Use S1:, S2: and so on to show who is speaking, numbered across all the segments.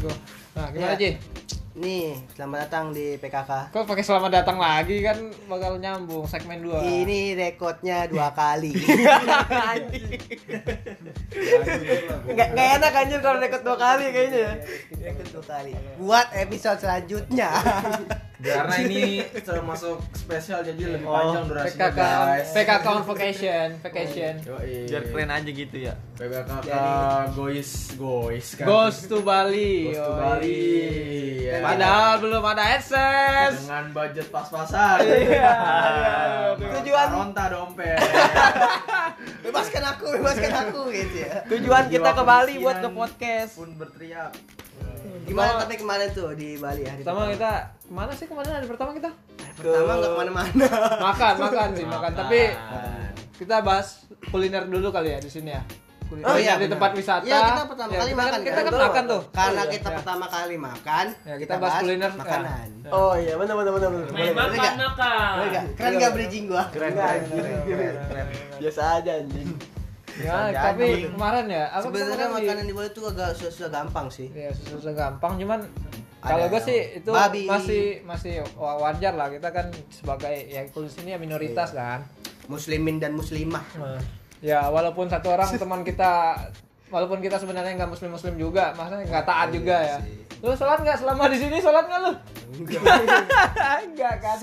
S1: bro. Nah, gimana,
S2: Iya.
S1: Ji?
S2: Nih, selamat datang di PKK.
S1: Kok pakai selamat datang lagi kan bakal nyambung segmen 2.
S2: Ini rekodnya dua kali. nggak, nggak enak anjir kalau rekod dua kali kayaknya. ya. Rekod dua kali. Buat episode selanjutnya.
S3: Karena ini termasuk spesial jadi lebih
S2: Oh,
S3: panjang durasinya
S1: PKK
S3: guys.
S1: PKK on vacation, vacation.
S2: Oh,
S3: Yoi.
S4: biar keren aja gitu ya
S3: PKK
S2: Jadi-
S3: gois gois
S2: iya.
S3: kan.
S1: Goes to Bali.
S3: Goes to
S1: yoi.
S3: Bali. Ya.
S1: Padahal belum ada AdSense.
S3: dengan budget pas-pasan. Nah,
S1: Iya,
S3: Iya.
S2: Tujuan-
S3: ronta dompet.
S2: bebaskan aku, bebaskan aku gitu ya.
S3: Tujuan kita ke Bali buat ke
S1: podcast.
S3: Pun berteriak.
S2: Gimana tapi kemarin tuh di Bali hari
S1: Pertama
S2: pertama?
S1: kita mana sih kemana hari pertama kita?
S2: Pertama nggak kemana-mana.
S1: Makan, makan sih, makan. Tapi kita bahas kuliner dulu kali ya di sini ya. Kuliner
S2: Oh iya,
S1: di
S2: benar.
S1: tempat wisata.
S2: Iya, kita pertama
S1: Ya,
S2: kali
S1: kita kan-
S2: makan.
S1: Kita kan
S2: Betul.
S1: makan tuh.
S2: Karena
S1: Oh, iya,
S2: kita
S1: iya.
S2: pertama kali makan,
S1: Ya, kita bahas kuliner, ya.
S2: makanan.
S5: Oh iya, benar benar benar benar.
S6: Main
S2: Boleh
S6: makan
S2: nggak?
S6: makan.
S2: Boleh nggak?
S1: Iya,
S2: Keren nggak bridging gua?
S4: keren
S5: Enggak,
S4: keren
S5: anjir. Biasa aja anjing.
S1: Ya, tapi kemarin ya, apa kita
S2: Sebenarnya
S1: makan di-
S2: makanan di Bali tuh agak susah-susah gampang sih.
S5: Iya.
S1: Ya susah-susah gampang cuman
S2: Ada
S1: kalau gue
S2: yang
S1: sih itu
S2: babi.
S1: masih masih wa- wajar lah kita kan sebagai ya kulit sini ya minoritas
S2: Iya.
S1: kan.
S2: Muslimin dan muslimah.
S1: Ya walaupun satu orang teman kita walaupun kita sebenarnya nggak muslim muslim juga maksudnya nggak taat
S2: Iya
S1: juga ya. Lu sholat nggak selama di sini sholat nggak lu? Enggak kan.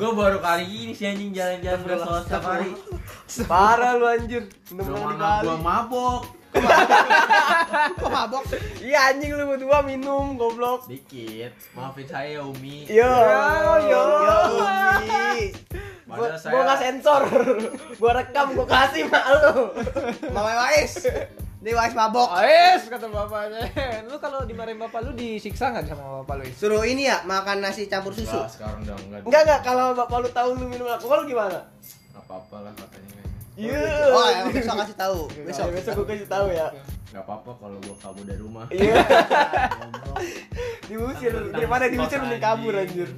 S6: Gue baru kali ini sih anjing jalan-jalan udah sholat setiap hari.
S5: Parah lu anjir.
S3: Belum
S5: Benar-benar di
S3: mana
S5: Bali.
S3: gua mabok.
S2: Kok mabok?
S5: Iya anjing lu berdua minum goblok.
S3: Dikit. Maafin saya Umi.
S5: Yo, yo,
S2: Yo,
S5: yo.
S2: Umi.
S5: Gua,
S3: Padahal
S5: gua nggak sensor. gua rekam, gua kasih mak lu.
S2: Mama Wais. Ini Wais mabok.
S1: Ais kata bapaknya. Lu kalau dimarahin bapak lu disiksa nggak sama bapak lu? Is?
S2: Suruh ini ya makan nasi campur susu.
S3: Enggak, sekarang udah enggak.
S5: Enggak enggak kalau bapak lu tahu lu minum alkohol gimana?
S3: Enggak apa-apa lah katanya.
S5: Iya.
S2: Oh, ya, besok kasih tahu.
S5: besok
S2: Besok.
S5: besok gua kasih tahu ya.
S3: Enggak apa-apa kalau gua kabur dari rumah.
S5: Iya. diusir daripada diusir mending kabur anjir.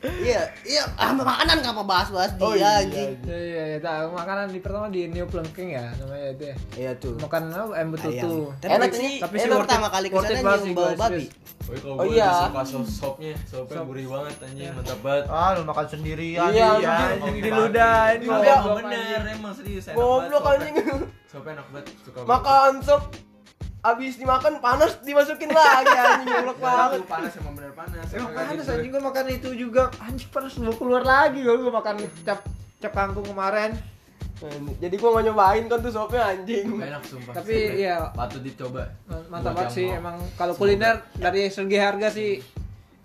S2: Iya, iya, ah, makanan ngapa bahas-bahas
S5: Oh,
S2: dia anjing.
S1: Iya iya iya. Nah, makanan di pertama di New Plengking ya namanya itu ya.
S2: Iya tuh.
S1: Makan apa? Ayam betutu.
S2: Tapi katanya-
S5: Enak sih,
S2: tapi
S5: enak.
S2: sih pertama kali ke
S1: Worth it
S2: sana
S1: banget
S2: nyium
S1: sih,
S2: bau
S1: guys,
S2: babi.
S3: Woi kalau
S5: Oh
S3: gua
S5: iya.
S3: lebih suka sop sopnya, sopnya
S1: Sop.
S3: gurih banget anjing, mantap banget.
S4: ah lu makan sendirian
S5: Iya,
S4: iya
S5: anjing,
S3: anjing.
S5: diludahin.
S3: Ini
S1: Goblok,
S3: udah
S5: Goblok.
S3: bener emang serius enak
S5: Goblok
S3: banget
S5: anjing.
S3: sopnya. Sopnya enak banget, suka banget.
S5: Makan sop habis dimakan panas dimasukin lagi anjing goblok
S3: Enak
S5: banget.
S3: tuh, panas emang bener panas.
S1: Emang
S3: Enak
S1: panas
S3: gitu.
S1: anjing gue makan itu juga Anjing panas mau keluar lagi kalau gue makan cap cap kangkung kemarin
S5: Jadi gua nggak nyobain kan tuh sopnya anjing.
S3: Enak sumpah.
S1: Tapi,
S3: Sumpah.
S1: iya.
S3: patut dicoba.
S1: Ma- Mantap banget
S3: Buat yang
S1: sih
S3: mau.
S1: emang kalau kuliner dari segi harga sih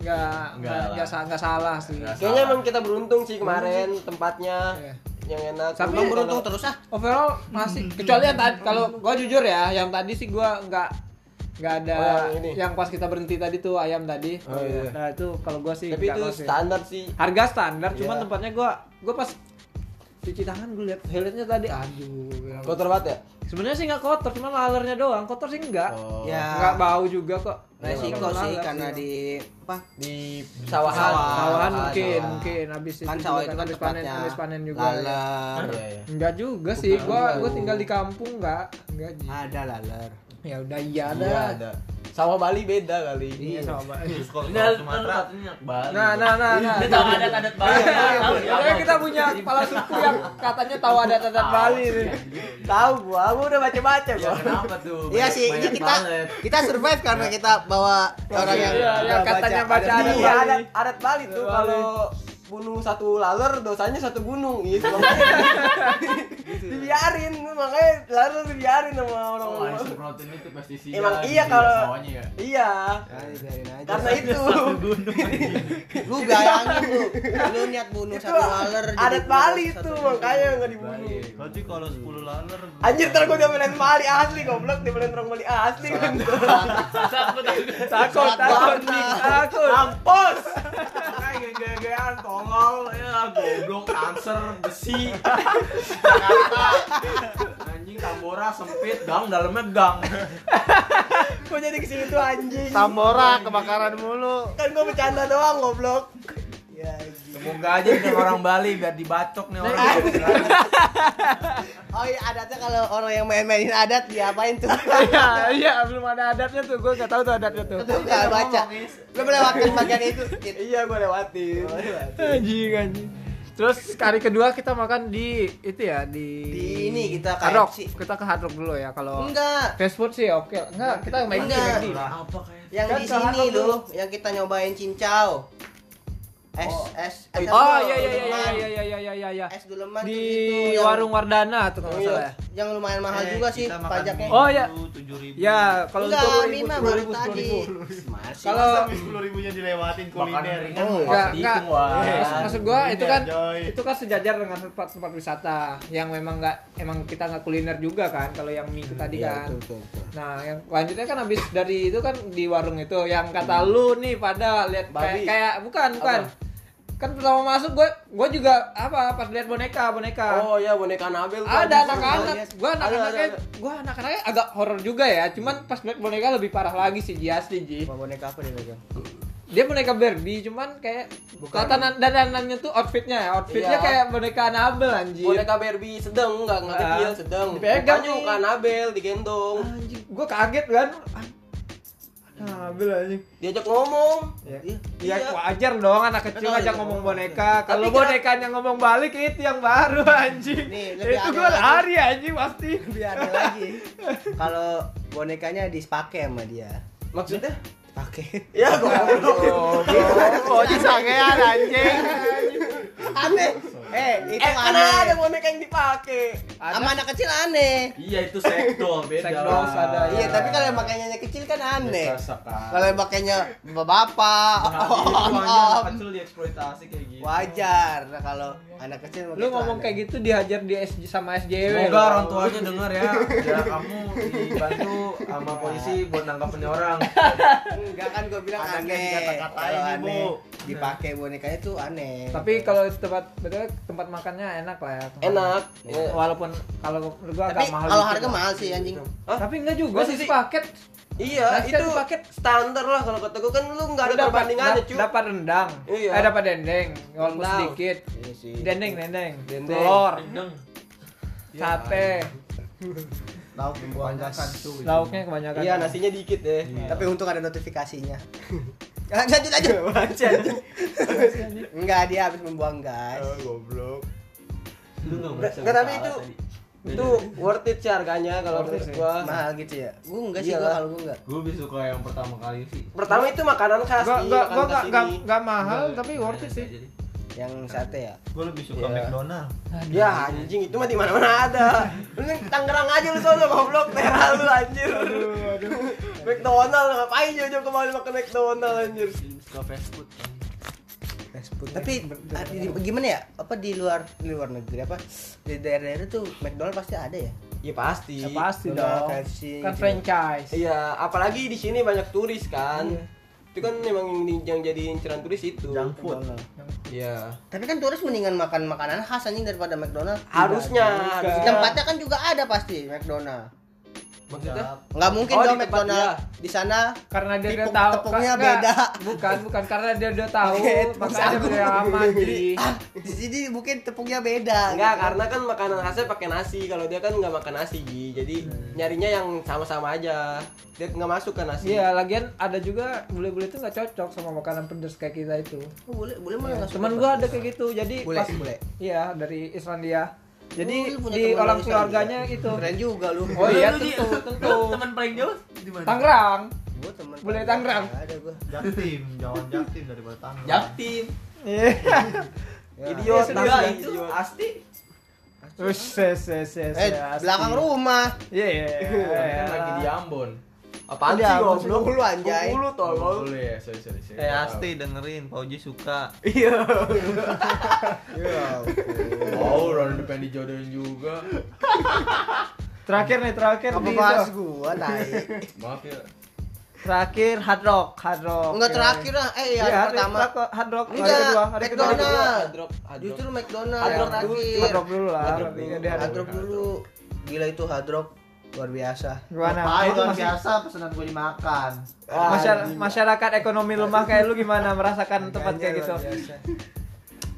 S1: nggak
S3: Nggak
S1: nggak
S3: lah.
S1: nggak sa- nggak salah sih
S3: Nggak
S5: Kayaknya emang kita beruntung sih kemarin tempatnya
S1: Iya.
S5: yang enak.
S1: Tapi-
S2: Emang
S5: Emang
S2: beruntung terus ah.
S1: overall masih
S2: Hmm.
S1: kecuali yang tadi kalau gue jujur ya yang tadi sih gue nggak nggak ada
S5: Oh, yang ini.
S1: yang, pas kita berhenti tadi tuh ayam tadi
S5: Oh, iya.
S1: nah itu kalau gue sih
S5: Tapi
S1: nggak
S5: itu
S1: tahu sih.
S5: standar sih.
S1: harga standar cuman
S5: Iya.
S1: tempatnya gue gue pas cuci tangan gue liat heletnya tadi aduh bilang,
S5: Kotor banget ya?
S1: Sebenarnya sih nggak kotor, cuma lalernya doang. Kotor sih nggak.
S3: Oh.
S5: Iya.
S2: Ya.
S1: Nggak bau juga kok.
S2: Resiko
S1: Cuma
S2: Nah, sih
S1: laler
S2: karena di apa?
S5: Di
S2: Sawahan.
S1: sawahan mungkin,
S2: sawahan.
S1: mungkin habis itu
S2: Kan
S1: juga
S2: sawah itu kan
S1: habis panen,
S2: tempatnya.
S1: habis panen juga.
S2: Laler.
S4: Iya,
S1: Enggak juga sih. Gua gua tinggal di kampung nggak, nggak. Ji.
S2: Ada laler.
S1: Ya udah iya ada.
S5: Iya ada. Sawah Bali beda kali.
S1: Iya sama.
S4: terus kalau
S3: Ini
S4: soal
S3: kan
S4: Sumatera
S3: katanya enak banget.
S1: Nah, nah, nah, nah.
S6: Dia tahu adat-adat Bali. Tahu dia
S1: Kayaknya kita punya kepala suku yang katanya tahu adat-adat Bali nih.
S5: Tahu gua, gua udah baca-baca
S3: Ya
S5: gua.
S3: kenapa tuh?
S2: Iya
S3: Banyak-
S2: sih, ini
S3: banyak
S2: kita
S3: banget.
S2: kita survive
S5: Iya.
S2: karena kita bawa orang yang
S1: Iya, iya, katanya baca
S5: Ada
S1: adat
S5: iya,
S1: Bali.
S5: adat, adat Bali tuh
S1: Bali.
S5: kalau bunuh satu laler dosanya satu gunung gitu. Makanya dibiarin makanya laler dibiarin sama orang
S3: Oh,
S5: orang.
S3: yang
S4: iya.
S3: semprotin itu pestisida.
S5: Emang
S3: gitu
S5: iya
S3: ya,
S5: kalau-
S3: sawahnya ya.
S5: iya.
S2: Nah, biarin aja.
S5: Karena itu
S2: Oh, lu bayangin lu, lu niat bunuh
S5: itu
S2: satu laler jadi
S5: adat
S2: bunuh
S5: Bali
S2: satu
S5: itu
S2: laler.
S5: makanya nggak dibunuh.
S3: Baik.
S4: berarti kalau 10 laler
S5: Anjir, ntar gua diambilin Bali asli goblok, diambilin orang Bali asli kan.
S1: Takut, takut,
S2: Sholat bareng.
S1: takut.
S5: Mampus.
S3: Kayak gaya-gayaan tolol ya goblok kanker besi Jakarta anjing Tambora sempit gang dalamnya gang
S5: Gua jadi kesini tuh anjing.
S4: Tambora kebakaran mulu
S5: Kan gua bercanda doang goblok.
S2: Ya,
S4: Semoga aja nih orang Bali biar dibacok nih orang.
S2: Nah, iya. oh iya adatnya kalau orang yang main-mainin adat diapain tuh?
S1: Iya, iya, belum ada adatnya tuh. Gue nggak tahu tuh adatnya tuh.
S2: Tuh nggak baca. Lu melewatkan bagian itu. Gitu.
S5: Iya gue lewatin.
S1: Oh, iya. Anjing, anjing. Terus kali kedua kita makan di itu ya di
S2: Di ini kita
S1: Hard Rock.
S2: KFC.
S1: Kita ke Hard Rock dulu ya kalau
S2: Enggak,
S1: fast food sih oke. Enggak, kita main di
S2: Enggak.
S1: McD.
S6: Apa kayak?
S2: yang
S1: Kan
S2: di
S1: salah
S2: sini
S1: lu.
S2: loh, yang kita nyobain cincau. Es es
S1: Oh
S2: es apa?
S1: iya iya iya
S2: Duleman.
S1: iya iya iya iya iya iya.
S2: Es duleman
S1: Di
S2: tuh gitu, yang-
S1: warung Wardana tuh kalau nggak salah. ya.
S2: Iya, yang lumayan mahal juga sih pajaknya.
S1: Oh, iya.
S4: Tujuh ribu.
S1: Ya, kalau
S2: Enggak,
S1: sepuluh
S2: Mima
S1: sepuluh
S2: baru
S1: sepuluh
S2: tadi.
S1: Kalau
S4: sepuluh ribunya dilewatin kuliner.
S1: enggak
S6: Pasti
S1: enggak.
S6: itu, Wak.
S1: Maksud- Oh. Maksud gua
S4: Kuliner,
S1: itu kan
S4: coy.
S1: itu kan sejajar dengan tempat tempat wisata yang memang enggak emang kita nggak kuliner juga kan kalau yang mie itu tadi
S5: Iya,
S1: kan. Nah, yang lanjutnya kan habis dari itu kan di warung itu yang kata lu nih pada lihat kayak,
S5: Babi.
S1: kayak bukan bukan. Kan pertama masuk gua gua juga apa pas lihat boneka boneka.
S5: Oh iya boneka Nabel.
S1: ada anak-anak gua
S5: Ada,
S1: anak-anaknya
S5: ada,
S1: gua anak-anaknya agak horor juga ya cuman pas lihat boneka lebih parah lagi sih Ji asli Ji
S5: boneka apa dia pegang?
S2: Iya.
S1: dia boneka Barbie cuman kayak tatanan dananannya tuh outfitnya ya outfitnya
S5: Iya.
S1: kayak boneka Annabelle anjir
S5: Boneka Barbie sedang enggak
S1: Iya.
S5: enggak
S1: Ah.
S5: kecil sedang.
S1: Dipegang
S5: Mukanya
S1: nih.
S5: muka Nabel digendong.
S1: anjir gua kaget kan Annabelle anjing
S5: Diajak ngomong.
S1: Ya,
S5: Iya. gitu?
S1: ya wajar dong anak kecil
S5: Betul.
S1: aja ngomong boneka. Kalau
S5: kenapa-
S1: bonekanya ngomong balik itu yang baru anjing.
S2: Nih, lebih
S1: itu
S2: aneh
S1: gua
S2: lagi.
S1: lari anjing pasti.
S2: Biar ada lagi. Kalau bonekanya dispake sama dia. Iya,
S5: Maksudnya?
S2: Pakai.
S5: Ya goblok.
S2: gitu.
S1: Oh, disangean anjing.
S2: Aneh. Eh, itu
S5: Eh, kan
S2: aneh.
S5: ada boneka yang dipakai.
S2: Sama anak kecil aneh.
S6: Iya itu sekdol beda.
S1: Sekdol, ada,
S2: Iya, tapi kalau yang makainya yang kecil kan aneh.
S6: Kalau
S2: Kalau Oh, yang makainya bapak, om, om,
S6: Nah, kecil dieksploitasi kayak gitu.
S2: wajar. Nah, kalau anak kecil
S1: Lu ngomong kayak gitu dihajar di SJ sama SJW.
S6: Semoga
S1: loh.
S6: orang tuanya denger ya. Ya kamu dibantu sama polisi buat nangkapin orang.
S2: Enggak kan gue bilang
S4: Anaknya
S2: aneh.
S4: dikata-katain,
S2: Kalau
S4: Ibu.
S2: aneh dipakai bonekanya tuh aneh.
S1: Tapi kalau tempat betul tempat makannya enak lah ya.
S5: Enak.
S1: Ya, Walaupun kalau menurut gua
S2: tapi
S1: agak mahal. Iya,
S2: kalau
S1: dikit
S2: harga
S1: lah.
S2: mahal sih anjing.
S5: Hah?
S1: Tapi enggak juga
S5: Masih
S1: sih
S5: sih?
S1: paket.
S5: Iya,
S1: Nasi
S5: itu
S1: yang dipakai.
S5: standar lah kalau kata gue kan lu nggak ada
S1: Dapat-
S5: perbandingannya
S1: dap-
S5: cuy.
S1: Dapat rendang.
S5: Iya.
S1: Eh dapat dendeng. Walaupun
S5: Rendang.
S1: sedikit.
S2: Iya sih.
S1: Dendeng, dendeng.
S5: Dendeng.
S1: Telur,
S6: Dendeng.
S1: sate,
S4: Lauk kebanyakan tuh.
S1: lauknya kebanyakan.
S5: Iya, nasinya dikit deh.
S1: Iya.
S2: Tapi untung ada notifikasinya. Ah, lanjut lanjut. Enggak dia habis membuang gas.
S4: goblok.
S6: Lu enggak merasa
S5: Nggak, tapi
S6: bersalah
S5: itu-
S6: tadi.
S5: Itu worth it sih harganya kalau
S1: Worth it
S5: menurut
S1: sih. Nah.
S5: gua.
S2: Mahal gitu ya. Gue enggak sih
S5: Iyalah.
S2: gua kalau gue enggak.
S6: Gue lebih suka yang pertama kali sih.
S5: Pertama itu makanan khas
S1: Gak, gak,
S5: nih, makanan
S1: gua
S5: khas
S1: gak, gak,
S5: ini.
S1: gak mahal tapi worth it sih.
S2: Yang sate ya.
S4: Gue lebih suka McDonald.
S5: Ya anjing itu mah di mana-mana ada. Lu yang Tangerang aja lu sono goblok merah lu anjir. McDonald ngapain jauh-jauh kemarin makan McDonald anjir.
S6: Suka fast food.
S2: Tapi ah, di- gimana ya? Apa di luar di luar negeri apa di daerah-daerah tuh McDonald pasti ada ya?
S5: Ya pasti.
S1: Ya pasti
S2: Iya,
S1: dong.
S2: KFC,
S1: Kan
S2: gitu.
S1: franchise.
S5: Iya, apalagi di sini banyak turis kan. Itu kan memang yang, yang jadi inceran turis itu.
S4: Junk food.
S2: McDonald.
S5: Iya.
S2: Tapi kan turis mendingan makan makanan khas anjing daripada McDonald.
S5: Harusnya, harusnya.
S2: Tempatnya kan juga ada pasti McDonald.
S5: Maksudnya?
S2: Nggak mungkin
S5: Oh, di
S2: dong
S5: tempat
S2: McDonald
S5: dia.
S2: di sana
S1: karena dia udah
S2: Tepung-
S1: tahu
S2: tepungnya
S1: Ka- enggak.
S2: beda.
S1: bukan bukan karena dia udah tahu
S2: Oke, tepung
S1: makanya
S2: sagu.
S1: udah aman jadi
S2: ah, di sini mungkin tepungnya beda.
S5: Enggak,
S2: gitu.
S5: karena kan makanan khasnya pakai nasi. Kalau dia kan nggak makan nasi, Gi. jadi nyarinya yang sama-sama aja. Dia nggak masuk ke nasi.
S1: Iya, lagian ada juga bule-bule itu nggak cocok sama makanan pedas kayak kita itu.
S2: Oh, boleh boleh malah nggak suka
S1: Iya, Temen gua ada kayak gitu, jadi
S2: Bule,
S1: pas
S2: bule.
S1: iya dari Islandia. Jadi
S2: Lu punya
S1: di
S2: temen
S1: orang
S2: dari
S1: keluarganya itu.
S2: Keren juga lu.
S1: Oh iya
S6: Lu di-
S1: tentu tentu.
S6: Lu teman paling jauh di mana?
S1: Tangerang.
S2: Gua temen
S1: Bule Tangerang.
S2: Nggak Ada gua.
S4: Jaktim, jawan jaktim daripada Tangerang.
S5: Ya.
S6: Jaktim.
S1: Iya.
S5: Idiot,
S1: Iya,
S5: nasi,
S6: Enggak itu
S5: idiot.
S6: Asti.
S1: Us, ses, ses, ses,
S2: Eh,
S1: ses.
S2: belakang rumah.
S1: Iya, iya. iya.
S6: Kan lagi di Ambon.
S5: Apaan
S2: Udah,
S5: sih
S2: gua
S5: goblok?
S2: Bengkulu, anjay.
S5: Bengkulu, tolol.
S6: Boleh ya, sorry sorry. sorry.
S4: Eh Asti dengerin, Pauji suka.
S6: Oh, Ronald pengen dijodohin juga.
S1: Terakhir nih, terakhir
S2: Apa
S1: nih.
S2: bahas
S1: Dok.
S2: gua tai.
S6: Maaf ya.
S1: Terakhir Hard Rock, Hard Rock.
S2: Enggak
S1: Iya.
S2: terakhir lah. Eh,
S1: Iya,
S2: yang
S1: hari
S2: pertama.
S1: pertama Hard Rock, hari
S2: Enggak,
S1: kedua, hari kedua.
S2: McDonald.
S5: Hard rock, hard rock.
S2: Justru McDonald
S5: Hard
S2: yang
S5: Rock dulu,
S2: terakhir.
S1: Hard Rock dulu lah.
S6: Hard Rock dulu.
S1: Dia
S2: Hard
S1: Hard Rock.
S2: Rock dulu. Gila itu Hard Rock luar biasa.
S1: Gimana?
S4: Pahit
S1: Itu
S4: luar
S1: masih-
S4: biasa pesanan gue dimakan.
S5: Ah,
S1: Masyarakat, masyarakat ekonomi lemah kayak lu gimana merasakan tempat kayak gitu?
S2: Luar biasa.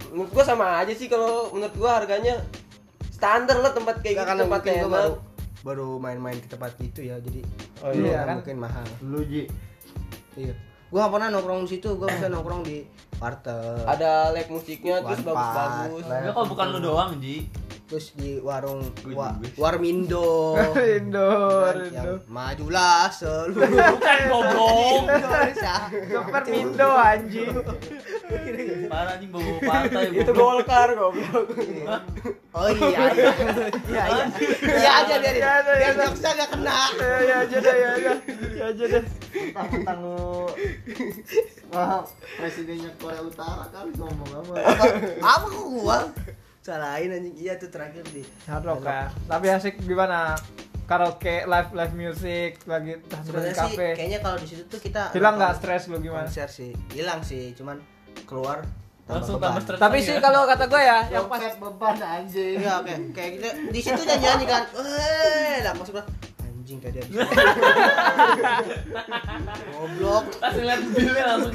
S5: menurut gua sama aja sih kalau menurut gua harganya standar lah tempat kayak gitu
S2: karena
S5: tempat
S2: mungkin
S5: enak.
S2: gua baru baru main-main ke tempat gitu ya jadi
S5: Oh,
S2: dulu
S1: iya,
S2: ya,
S1: kan?
S2: mungkin mahal
S4: Lu Ji.
S2: iya gua nggak pernah nongkrong di situ gua bisa nongkrong di warteg
S5: Ada live musiknya terus
S2: One Pass,
S5: bagus-bagus.
S2: Live.
S6: Ya kok bukan lu doang, Ji.
S2: terus di warung
S6: Gua
S2: wa,
S6: juga sih.
S2: warmindo
S1: Indoor,
S2: Kan, yang
S1: Indo.
S2: majulah selalu
S6: Bukan goblok.
S1: Super Mindo anjing.
S6: Parah anjing bawa partai.
S5: Itu Golkar goblok.
S2: oh iya iya iya iya aja dari
S1: Iya, iya,
S2: biar
S1: iya.
S2: jokesnya nggak kena
S1: Ya ya aja deh, ya ya. Ya aja deh.
S4: Tentang lu. Wah, presidennya Korea Utara kali ngomong apa?
S2: apa apa kok gua salahin anjing iya tuh terakhir di
S1: Hard rock ya. Tapi asik gimana? Karaoke, live live music, lagi sambil di
S2: sebenarnya sih
S1: kafe.
S2: kayaknya kalau di situ tuh kita
S1: Hilang nggak
S2: nonton
S1: stres lu gimana?
S2: konser sih hilang sih cuman keluar
S6: Langsung tambah stres.
S1: Tapi sih kalau kata gue ya, yang
S4: Yang
S1: pas
S4: pas beban anjing.
S2: Iya, kayak kayak gitu. Di situ nyanyi nyanyi kan. Eh, lah masuk gua anjing tadi habis. Goblok.
S6: Pas ngeliat bilnya langsung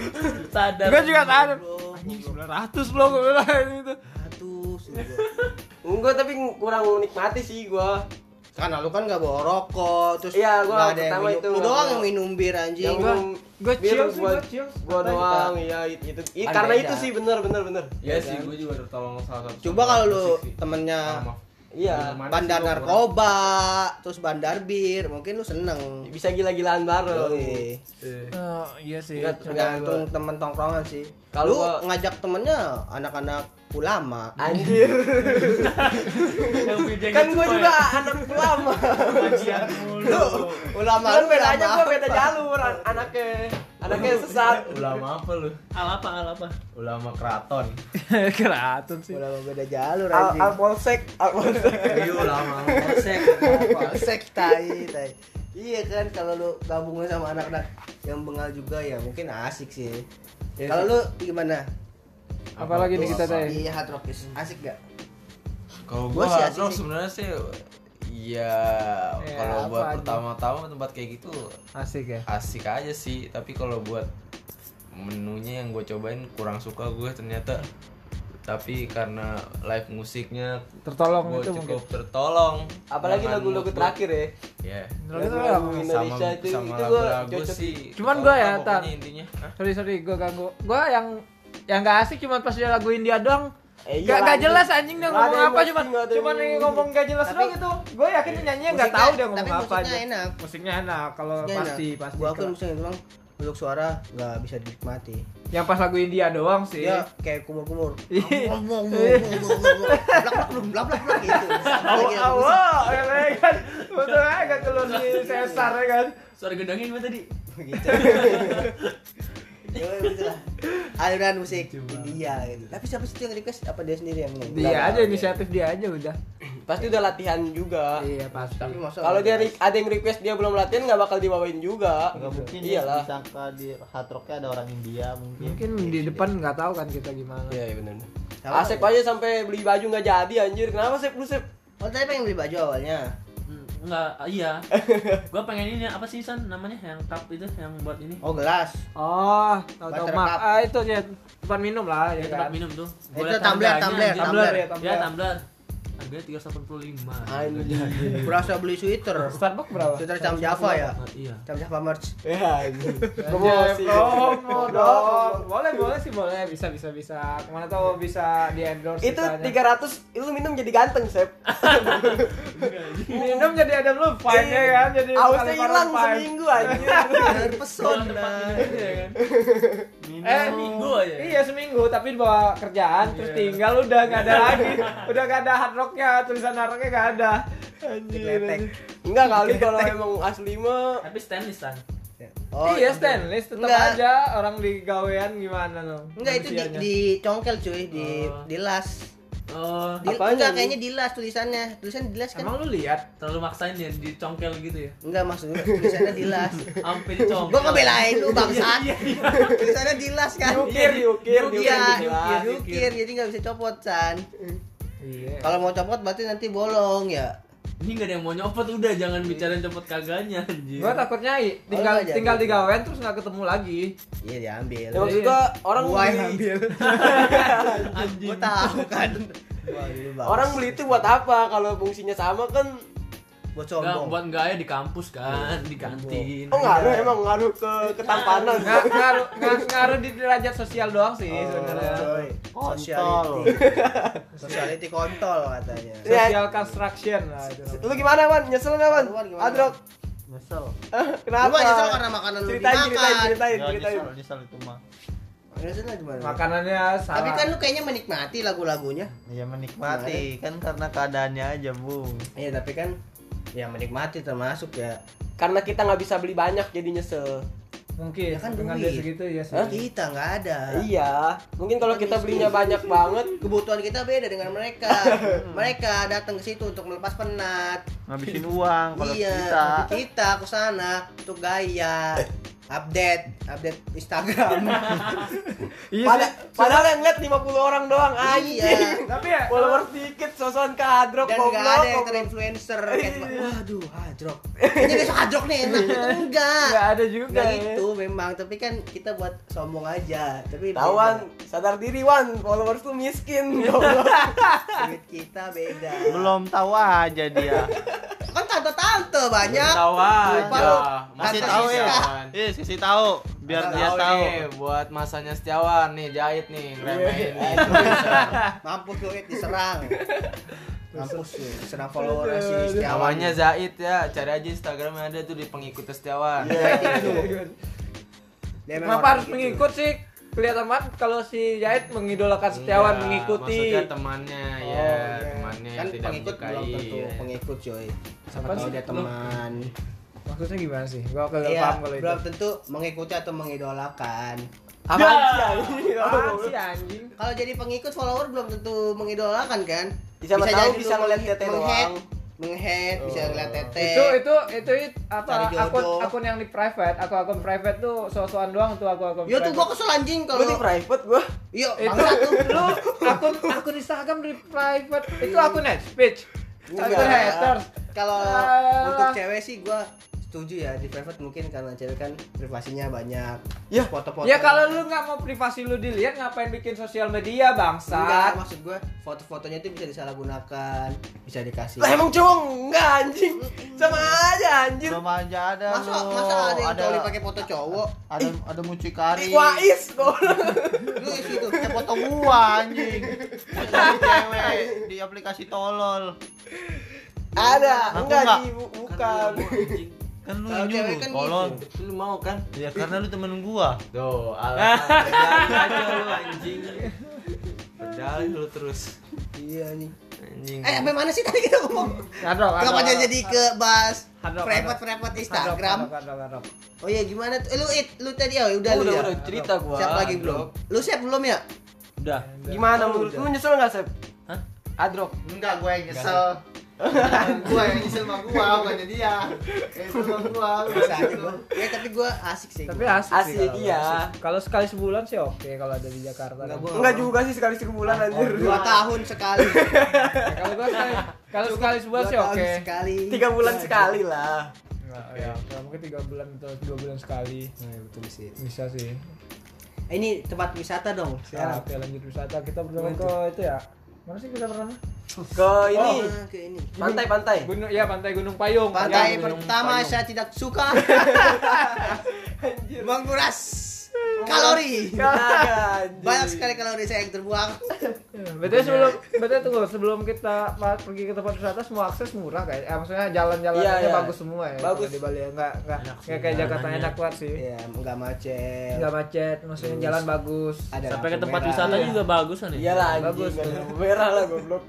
S6: sadar.
S1: gue juga sadar.
S2: Goblok.
S1: Anjing 900 loh gue bilang gitu.
S2: Aduh, sungguh.
S5: Enggak tapi kurang menikmati sih gua.
S2: Karena lu kan gak bawa rokok, terus
S5: Iya,
S2: nggak ada yang
S5: gua pertama
S2: minum.
S5: itu Ya
S2: Lu
S5: nggak
S2: doang
S5: bawa.
S2: yang minum bir anjing.
S5: Yang
S1: gua-
S5: minum
S1: gua
S5: bir,
S1: chill sih,
S5: gua-
S1: gua chill.
S5: Gua
S1: Santai.
S5: doang, iya itu. Iya,
S2: Kan
S5: karena
S2: beda.
S5: itu sih bener bener bener.
S3: Iya
S5: Iya
S6: Ya sih, gue juga tertolong salah satu.
S2: Coba kalau lu temennya
S3: Ah,
S5: Iya.
S2: bandar narkoba, terus bandar bir, mungkin lu seneng.
S5: Bisa gila-gilaan
S2: Iya
S5: bareng.
S2: Yoi.
S1: Oh, iya sih.
S5: Ingat,
S2: Tergantung temen tongkrongan sih.
S5: Kalau
S2: Kalau
S5: gua-
S2: ngajak temennya anak-anak ulama,
S5: Anjir.
S1: Iya
S6: Yang bijak
S5: kan
S6: itu
S5: gua
S6: kok
S5: juga
S6: ya.
S5: anak lama.
S6: Kajian mulu.
S2: ulama
S5: Kan
S2: lu
S5: bedanya
S2: ulama
S5: gua beda jalur an- anaknya. Anaknya sesat.
S3: Ulama apa lu?
S6: Al apa al apa?
S3: Ulama keraton.
S1: Keraton sih.
S2: Ulama beda jalur
S5: Al
S2: anjing.
S5: Alpolsek, Alpolsek.
S3: Ayo ulama konsep.
S2: Polsek tai tai. Iya kan kalau lu gabungin sama anak-anak yang bengal juga ya mungkin asik sih. kalau lu gimana?
S1: Apalagi nih kita teh.
S2: Iya hard rock is. asik gak?
S3: Kalau
S2: Gua
S3: gua,
S2: sih
S3: hard
S2: asik
S3: rock
S2: sih.
S3: sebenarnya sih Iya,
S1: Ya,
S3: kalau
S1: apa
S3: buat
S1: aja.
S3: pertama-tama tempat kayak gitu
S1: Asik ya.
S3: asik aja sih, tapi kalau buat menunya yang gue cobain kurang suka gue ternyata. Tapi karena live musiknya
S1: Tertolong
S3: gue
S1: itu
S3: cukup
S1: mungkin.
S3: tertolong.
S5: Apalagi
S3: dengan
S5: lagu-lagu
S3: mood-mood.
S5: terakhir ya.
S3: Ya.
S1: Menurut lu
S5: Lagu
S1: apa?
S5: Indonesia itu
S3: sama
S5: itu gua
S3: lagu-lagu
S5: cocok.
S3: sih.
S1: Cuman
S3: tolong
S1: gua
S3: lah
S1: ya,
S3: pokoknya
S1: Tan.
S3: intinya. Hah?
S1: Sorry sorry, gue ganggu. Gue yang yang gak asik cuma pas dia lagu India doang.
S5: Eh, iya,
S1: gak, gak
S5: anjing.
S1: jelas anjing dia
S5: Nggak
S1: ngomong
S5: ada
S1: apa
S5: emosi,
S1: cuman
S5: nggak ada
S1: cuman
S5: emosi.
S1: ngomong gak jelas
S2: Tapi-
S1: doang itu. Gue yakin dia nyanyinya gak
S2: Musiknya-
S1: tahu dia ngomong
S2: tapi
S1: apa aja.
S2: musiknya enak.
S1: Musiknya enak kalau
S2: Musiknya
S1: pasti
S2: enak.
S1: pasti.
S2: Gua kan
S1: kalau-
S2: musiknya doang untuk suara nggak bisa dinikmati.
S1: Yang pas lagu India doang sih.
S2: Dia Iya, kayak kumur-kumur.
S1: Iya.
S2: Ngomong ngomong ngomong gitu. Lagi
S1: Awal
S2: lagu-
S1: awal Oh, ya kan. Betul agak keluar di sesar ya kan.
S6: Suara gendangnya gimana tadi?
S2: gitu. Ya gitu lah. Aliran musik India gitu. Tapi siapa sih yang request? Apa dia sendiri yang ngomong?
S1: Dia aja inisiatif dia aja udah.
S5: Pasti udah latihan juga.
S1: Iya pasti.
S2: Tapi masa
S5: Kalau dia re- ada yang request dia belum latihan nggak bakal dibawain juga.
S4: Gak mungkin ya,
S5: Iyalah.
S4: disangka di hard rocknya ada orang India mungkin. Iya,
S1: Mungkin di depan nggak tahu kan kita gimana.
S5: Iya, iya benar.
S2: Sama
S5: Asep
S2: aja.
S5: aja sampai beli baju nggak jadi anjir. Kenapa Sep lu Sep?
S2: Oh tadi pengen beli baju awalnya.
S6: Hmm, Enggak, iya. Gua pengen ini apa sih San namanya yang cup itu yang buat ini?
S2: Oh gelas.
S1: Oh, tahu-tahu
S2: Buttercup.
S1: mak. Ah itu dia depan minum lah ya
S3: Iya,
S6: Ya,
S1: kan.
S6: tempat minum tuh.
S2: Itu
S6: liat
S2: tumbler,
S6: harganya,
S2: tumbler,
S6: anjing.
S2: tumbler.
S1: ya,
S6: Ya,
S1: tumbler.
S6: tumbler. Harganya 385.
S5: Anjir.
S2: Berasa beli sweater.
S1: Starbucks berapa?
S2: Sweater cam Java ya.
S6: Ah, iya.
S2: Cam Java merch.
S5: Ya anjir.
S1: Promosi.
S5: Promosi.
S1: Promo Oh, dong. Boleh, boleh sih, boleh. Bisa, bisa, bisa. Kemana tahu bisa di endorse
S5: Itu 300 lu minum jadi ganteng Sep.
S1: minum jadi ada lu fine-nya kan. Jadi
S5: Ausnya
S1: Alvaro
S5: hilang
S1: fine.
S5: seminggu anjir.
S2: Pesona.
S6: Iya, kan?
S1: Eh,
S6: Minggu aja.
S1: kan? Iya seminggu, tapi dibawa kerjaan terus tinggal udah nggak ada lagi, udah nggak ada hard rocknya, tulisan hard rocknya nggak ada. Anjir.
S2: Dikletek.
S5: Enggak kali kalau emang asli mah
S6: Tapi stainless kan.
S2: Oh
S1: iya stainless tetap
S2: Nggak.
S1: aja orang di gawean gimana dong?
S2: Enggak itu di,
S1: manusianya.
S2: di congkel cuy di
S6: Oh.
S2: di las.
S6: Oh,
S2: Di,
S5: Apanya,
S2: enggak
S5: Ji?
S2: kayaknya di las tulisannya. Tulisan di las kan.
S1: Emang lu lihat?
S6: terlalu maksain ya dicongkel gitu ya.
S2: Enggak maksud gue tulisannya di las.
S6: Hampir dicongkel.
S2: Gua ngebelain lu bangsat. Tulisannya di las kan.
S5: diukir diukir
S2: Iya,
S5: diukir.
S2: diukir,
S6: diukir.
S2: diukir, jadi nggak bisa copot San.
S1: Iya.
S2: Kalau mau copot berarti nanti bolong ya.
S6: Ini nggak ada yang mau nyopot udah jangan bicara copot kagaknya anjir.
S2: Iya.
S1: Gua takutnya
S2: Oh,
S1: i- tinggal
S2: Orang aja.
S1: tinggal digawen terus nggak ketemu lagi.
S2: Iya diambil.
S5: Ya maksud gua orang
S2: Gua yang
S5: beli,
S2: Iya. ambil.
S6: Anjing.
S2: Gua tahu kan. Gua ambil, Bang.
S5: orang beli itu buat apa? Kalau fungsinya sama kan
S2: buat
S6: Nggak,
S2: sombong.
S6: buat enggak ya di kampus kan, di kantin.
S2: Iya.
S5: oh ngaruh emang ngaruh ke ketampanan.
S1: Nggak ngaruh nggak ngaruh di derajat sosial doang sih
S2: Oh.
S1: sebenarnya.
S2: Coy,
S4: Kontol.
S2: Sociality. Sociality kontol katanya.
S5: Ya.
S1: Social construction lah itu. namanya.
S5: Lu gimana, Wan? Nyesel enggak, Wan?
S2: Wan, gimana, Wan?
S5: Adrok.
S4: Nyesel.
S5: Kenapa?
S2: Lu aja soal karena makanan lu
S5: ceritain,
S2: dimakan.
S5: ceritain, ceritain,
S4: Nggak,
S5: ceritain.
S4: nyesel, nyesel itu mah.
S2: Alasan lah gimana?
S1: Makanannya salah.
S2: Tapi kan lu kayaknya menikmati lagu-lagunya.
S4: Ya menikmati kan karena keadaannya aja, Bung.
S2: Iya, tapi kan ya menikmati termasuk ya.
S5: Karena kita nggak bisa beli banyak jadi nyesel.
S1: mungkin
S2: Ya kan
S1: dengan
S2: duit.
S1: duit segitu ya sih.
S2: Kita nggak ada.
S5: Iya, mungkin kalau kita
S2: Habis.
S5: belinya banyak banget
S2: Kebutuhan kita beda dengan mereka. mereka datang ke situ untuk melepas penat.
S4: Ngabisin uang kalau
S2: iya,
S4: kita.
S2: kita ke sana untuk gaya update update Instagram.
S1: Iya
S5: pada,
S1: sih.
S5: padahal yang lihat 50 orang doang anjing.
S2: iya.
S1: Tapi ya
S5: Followers dikit, sosokan kadrok
S2: Dan
S5: goblok.
S2: nggak ada yang
S5: goblok.
S2: terinfluencer kayak cuma, waduh hadrok. Ini besok hadrok nih enak. Itu enggak.
S1: nggak ada juga.
S2: Enggak
S1: ya.
S2: gitu memang, tapi kan kita buat sombong aja. Tapi
S5: Tahu, Wan, sadar diri Wan, followers tuh miskin Iya. goblok.
S2: beda. duit kita beda.
S4: Belum tahu aja dia.
S2: Kan tante-tante banyak.
S3: Tahu
S2: Lupa
S3: aja.
S2: lu.
S3: Masih
S2: Kata
S3: tahu
S2: si
S3: ya.
S2: Setiawan.
S4: Iya, kasih tahu biar dia tahu.
S3: Nih, buat masanya Setiawan nih jahit nih, ngeremehin nih.
S2: Mampus lu Ed, diserang. Mampus lu diserang follower si
S3: Iya.
S2: Setiawan.
S3: Awalnya Zaid ya, cari aja Instagramnya ada tuh di pengikut Setiawan.
S2: Dia memang
S1: Kenapa harus
S2: orang gitu.
S1: mengikut sih? Kelihatan banget kalau si Jahit mengidolakan Setiawan
S3: Enggak,
S1: mengikuti.
S3: Iya, Maksudnya temannya ya,
S1: iya.
S3: temannya
S2: Kan
S3: yang tidak
S2: pengikut belum
S3: menyukai.
S2: tentu
S3: ya.
S2: pengikut coy. Sama
S1: Apaan
S2: tahu
S1: sih?
S2: dia teman.
S1: Maksudnya gimana sih? Gua kagak paham
S2: Iya,
S1: kalau itu.
S2: belum tentu mengikuti atau mengidolakan.
S5: Apa
S1: Apaan sih anjing?
S2: Kalau jadi pengikut follower belum tentu mengidolakan kan?
S5: Bisa tahu,
S2: jadi
S5: bisa
S2: lu
S5: ngeliat
S2: meng-
S5: tete
S2: menghead,
S5: doang.
S2: menghead, bisa ngeliat tete.
S1: Itu itu itu it- apa
S2: Eh, Cari
S1: akun
S2: jodoh.
S1: akun yang di private, aku akun private tuh so-soan doang tuh aku akun.
S2: Yo tuh gua
S1: private.
S2: kesel anjing kalau
S5: Gue di private gua.
S2: Yo,
S1: itu
S2: bangsa tuh.
S1: lu Oh, akun akun Instagram di private itu akun hate speech. Akun
S2: Enggak.
S1: haters.
S2: Kalau
S5: Eh.
S1: Alah.
S2: untuk cewek sih gua setuju ya di private mungkin karena cewek kan privasinya banyak.
S5: Ya.
S2: foto-foto.
S1: Ya kalau lu nggak mau privasi lu dilihat ngapain bikin sosial media
S2: Enggak,
S1: bangsat?
S2: maksud gua foto-fotonya itu bisa disalahgunakan, bisa dikasih.
S5: Lah emang cowok enggak anjing. Sama aja anjing.
S4: Belum aja ada
S2: Masa
S4: lu.
S2: masa ada yang
S4: ada
S2: coli pakai foto cowok?
S4: ada ada mucikari.
S5: Wais goblok.
S2: Lu isi itu kayak foto gua.
S4: Wah, anjing. Mucikari cewek di aplikasi tolol.
S5: Ada,
S4: Aku
S5: enggak
S4: enggak.
S5: di bu- bukan.
S4: Kan lu
S2: Kalau
S4: yang
S2: cewek
S4: nyuruh
S2: kan
S4: tolol.
S3: Lu mau kan?
S4: Ya karena lu temen gua.
S3: Tuh, alasan Beralih aja lu anjing. Berdalih lu terus.
S2: Iya nih.
S3: Anjing.
S2: Eh, sampai mana sih tadi kita ngomong?
S1: Kadok, kadok,
S2: Kenapa
S1: kadok.
S2: jadi ke bahas
S1: Hadrok,
S2: private-private
S1: Kadok,
S2: Instagram?
S1: kadok, kadok, kadok.
S2: Oh iya gimana tuh? Eh, lu it, lu tadi ya
S5: Oh,
S2: udah lu
S3: udah,
S5: Iya.
S2: ya.
S3: udah cerita gua.
S2: Siap lagi belum? Lu siap belum ya?
S6: Udah.
S5: Gimana menurut lu nyesel enggak, Sep?
S6: Hah?
S5: Adrok.
S4: Enggak, gue yang nyesel. gue yang nyesel sama gua, bukannya dia. Nyesel sama gua.
S2: Bisa aja gua. Ya tapi gua asik sih.
S1: Tapi
S2: gua.
S1: asik,
S5: Asik,
S1: sih kalau-
S5: iya.
S1: Kalau sekali sebulan sih oke kalau ada di Jakarta.
S2: Enggak, gua
S5: Enggak juga sih sekali sebulan anjir.
S2: Dua tahun sekali.
S1: Ya, kalau gua sekali kalau sekali sebulan
S2: Dua
S1: sih
S2: tahun
S1: oke.
S2: sekali.
S5: Tiga bulan sekali lah.
S1: Nggak, ya, kalau mungkin tiga bulan atau dua bulan sekali
S2: Nah, ya betul sih.
S1: bisa sih.
S2: Eh, ini tempat wisata dong.
S1: Ya,
S2: Sekarang.
S1: oke lanjut wisata kita pertama ke itu ya. Mana sih kita pertama?
S5: Ke ini
S2: Ah, ke ini.
S5: pantai-pantai.
S1: Gunung ya pantai Gunung Payung.
S2: Pantai
S1: Ya, Gunung
S2: pertama
S1: Payung.
S2: saya tidak suka. Menguras kalori.
S5: Kagak. anjing.
S2: Banyak sekali kalori saya yang terbuang.
S1: Ya, Betul sebelum betul tunggu sebelum kita pa- pergi ke tempat wisata semua akses murah kayak eh, maksudnya jalan-jalannya
S5: Iya, iya.
S1: bagus semua ya.
S5: Bagus.
S1: kalau Di Bali ya enggak enggak
S6: Enak sih,
S1: enggak kayak Jakarta
S6: jalanannya.
S1: enak banget sih.
S2: Iya, enggak macet.
S1: Enggak macet, maksudnya
S2: Terus.
S1: jalan bagus.
S2: Ada
S6: Sampai ke
S2: lampu
S6: tempat
S2: merah.
S6: wisatanya juga bagus kan ya?
S5: Iyalah anjing.
S1: Bagus.
S5: ada lampu Merah lah goblok.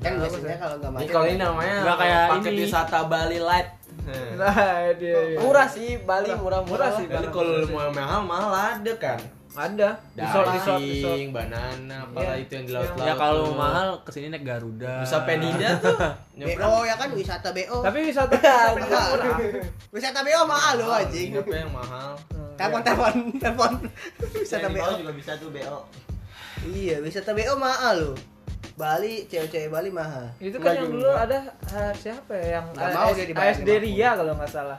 S2: Kan biasanya kalau enggak
S3: Ini
S2: macet. kan
S3: kalau ini namanya
S6: Nggak kayak
S3: paket
S6: ini.
S3: wisata Bali Light. Nah.
S1: Nah, dia. iya.
S5: Murah sih Bali murah-murah.
S1: Murah sih.
S5: lah.
S3: Jadi kalau lu mau yang mahal mahal ada kan.
S1: Ada. Resort, resort, resort.
S3: Daging, banana,
S1: Iya.
S3: apalah itu yang di laut-laut.
S6: Ya kalau
S3: tuh.
S6: mahal kesini naik Garuda.
S3: Nusa Penida tuh.
S2: BO ya kan wisata BO.
S1: Tapi wisata wisata
S2: Mahal.
S1: pendidikan murah.
S2: wisata BO mahal loh anjing.
S1: iya.
S3: Apa yang mahal?
S2: Telepon telepon telepon wisata
S4: Bisa
S2: BO.
S4: juga bisa tuh BO.
S2: Iya, wisata BO mahal loh. Bali, cewek-cewek Bali mahal.
S1: Itu kan
S5: Enggak
S1: yang
S5: juga.
S1: dulu ada ah, siapa ya yang
S2: Nggak
S1: A-
S2: mau
S1: S-
S2: dia dibayar
S1: ASD Ria kalau nggak salah.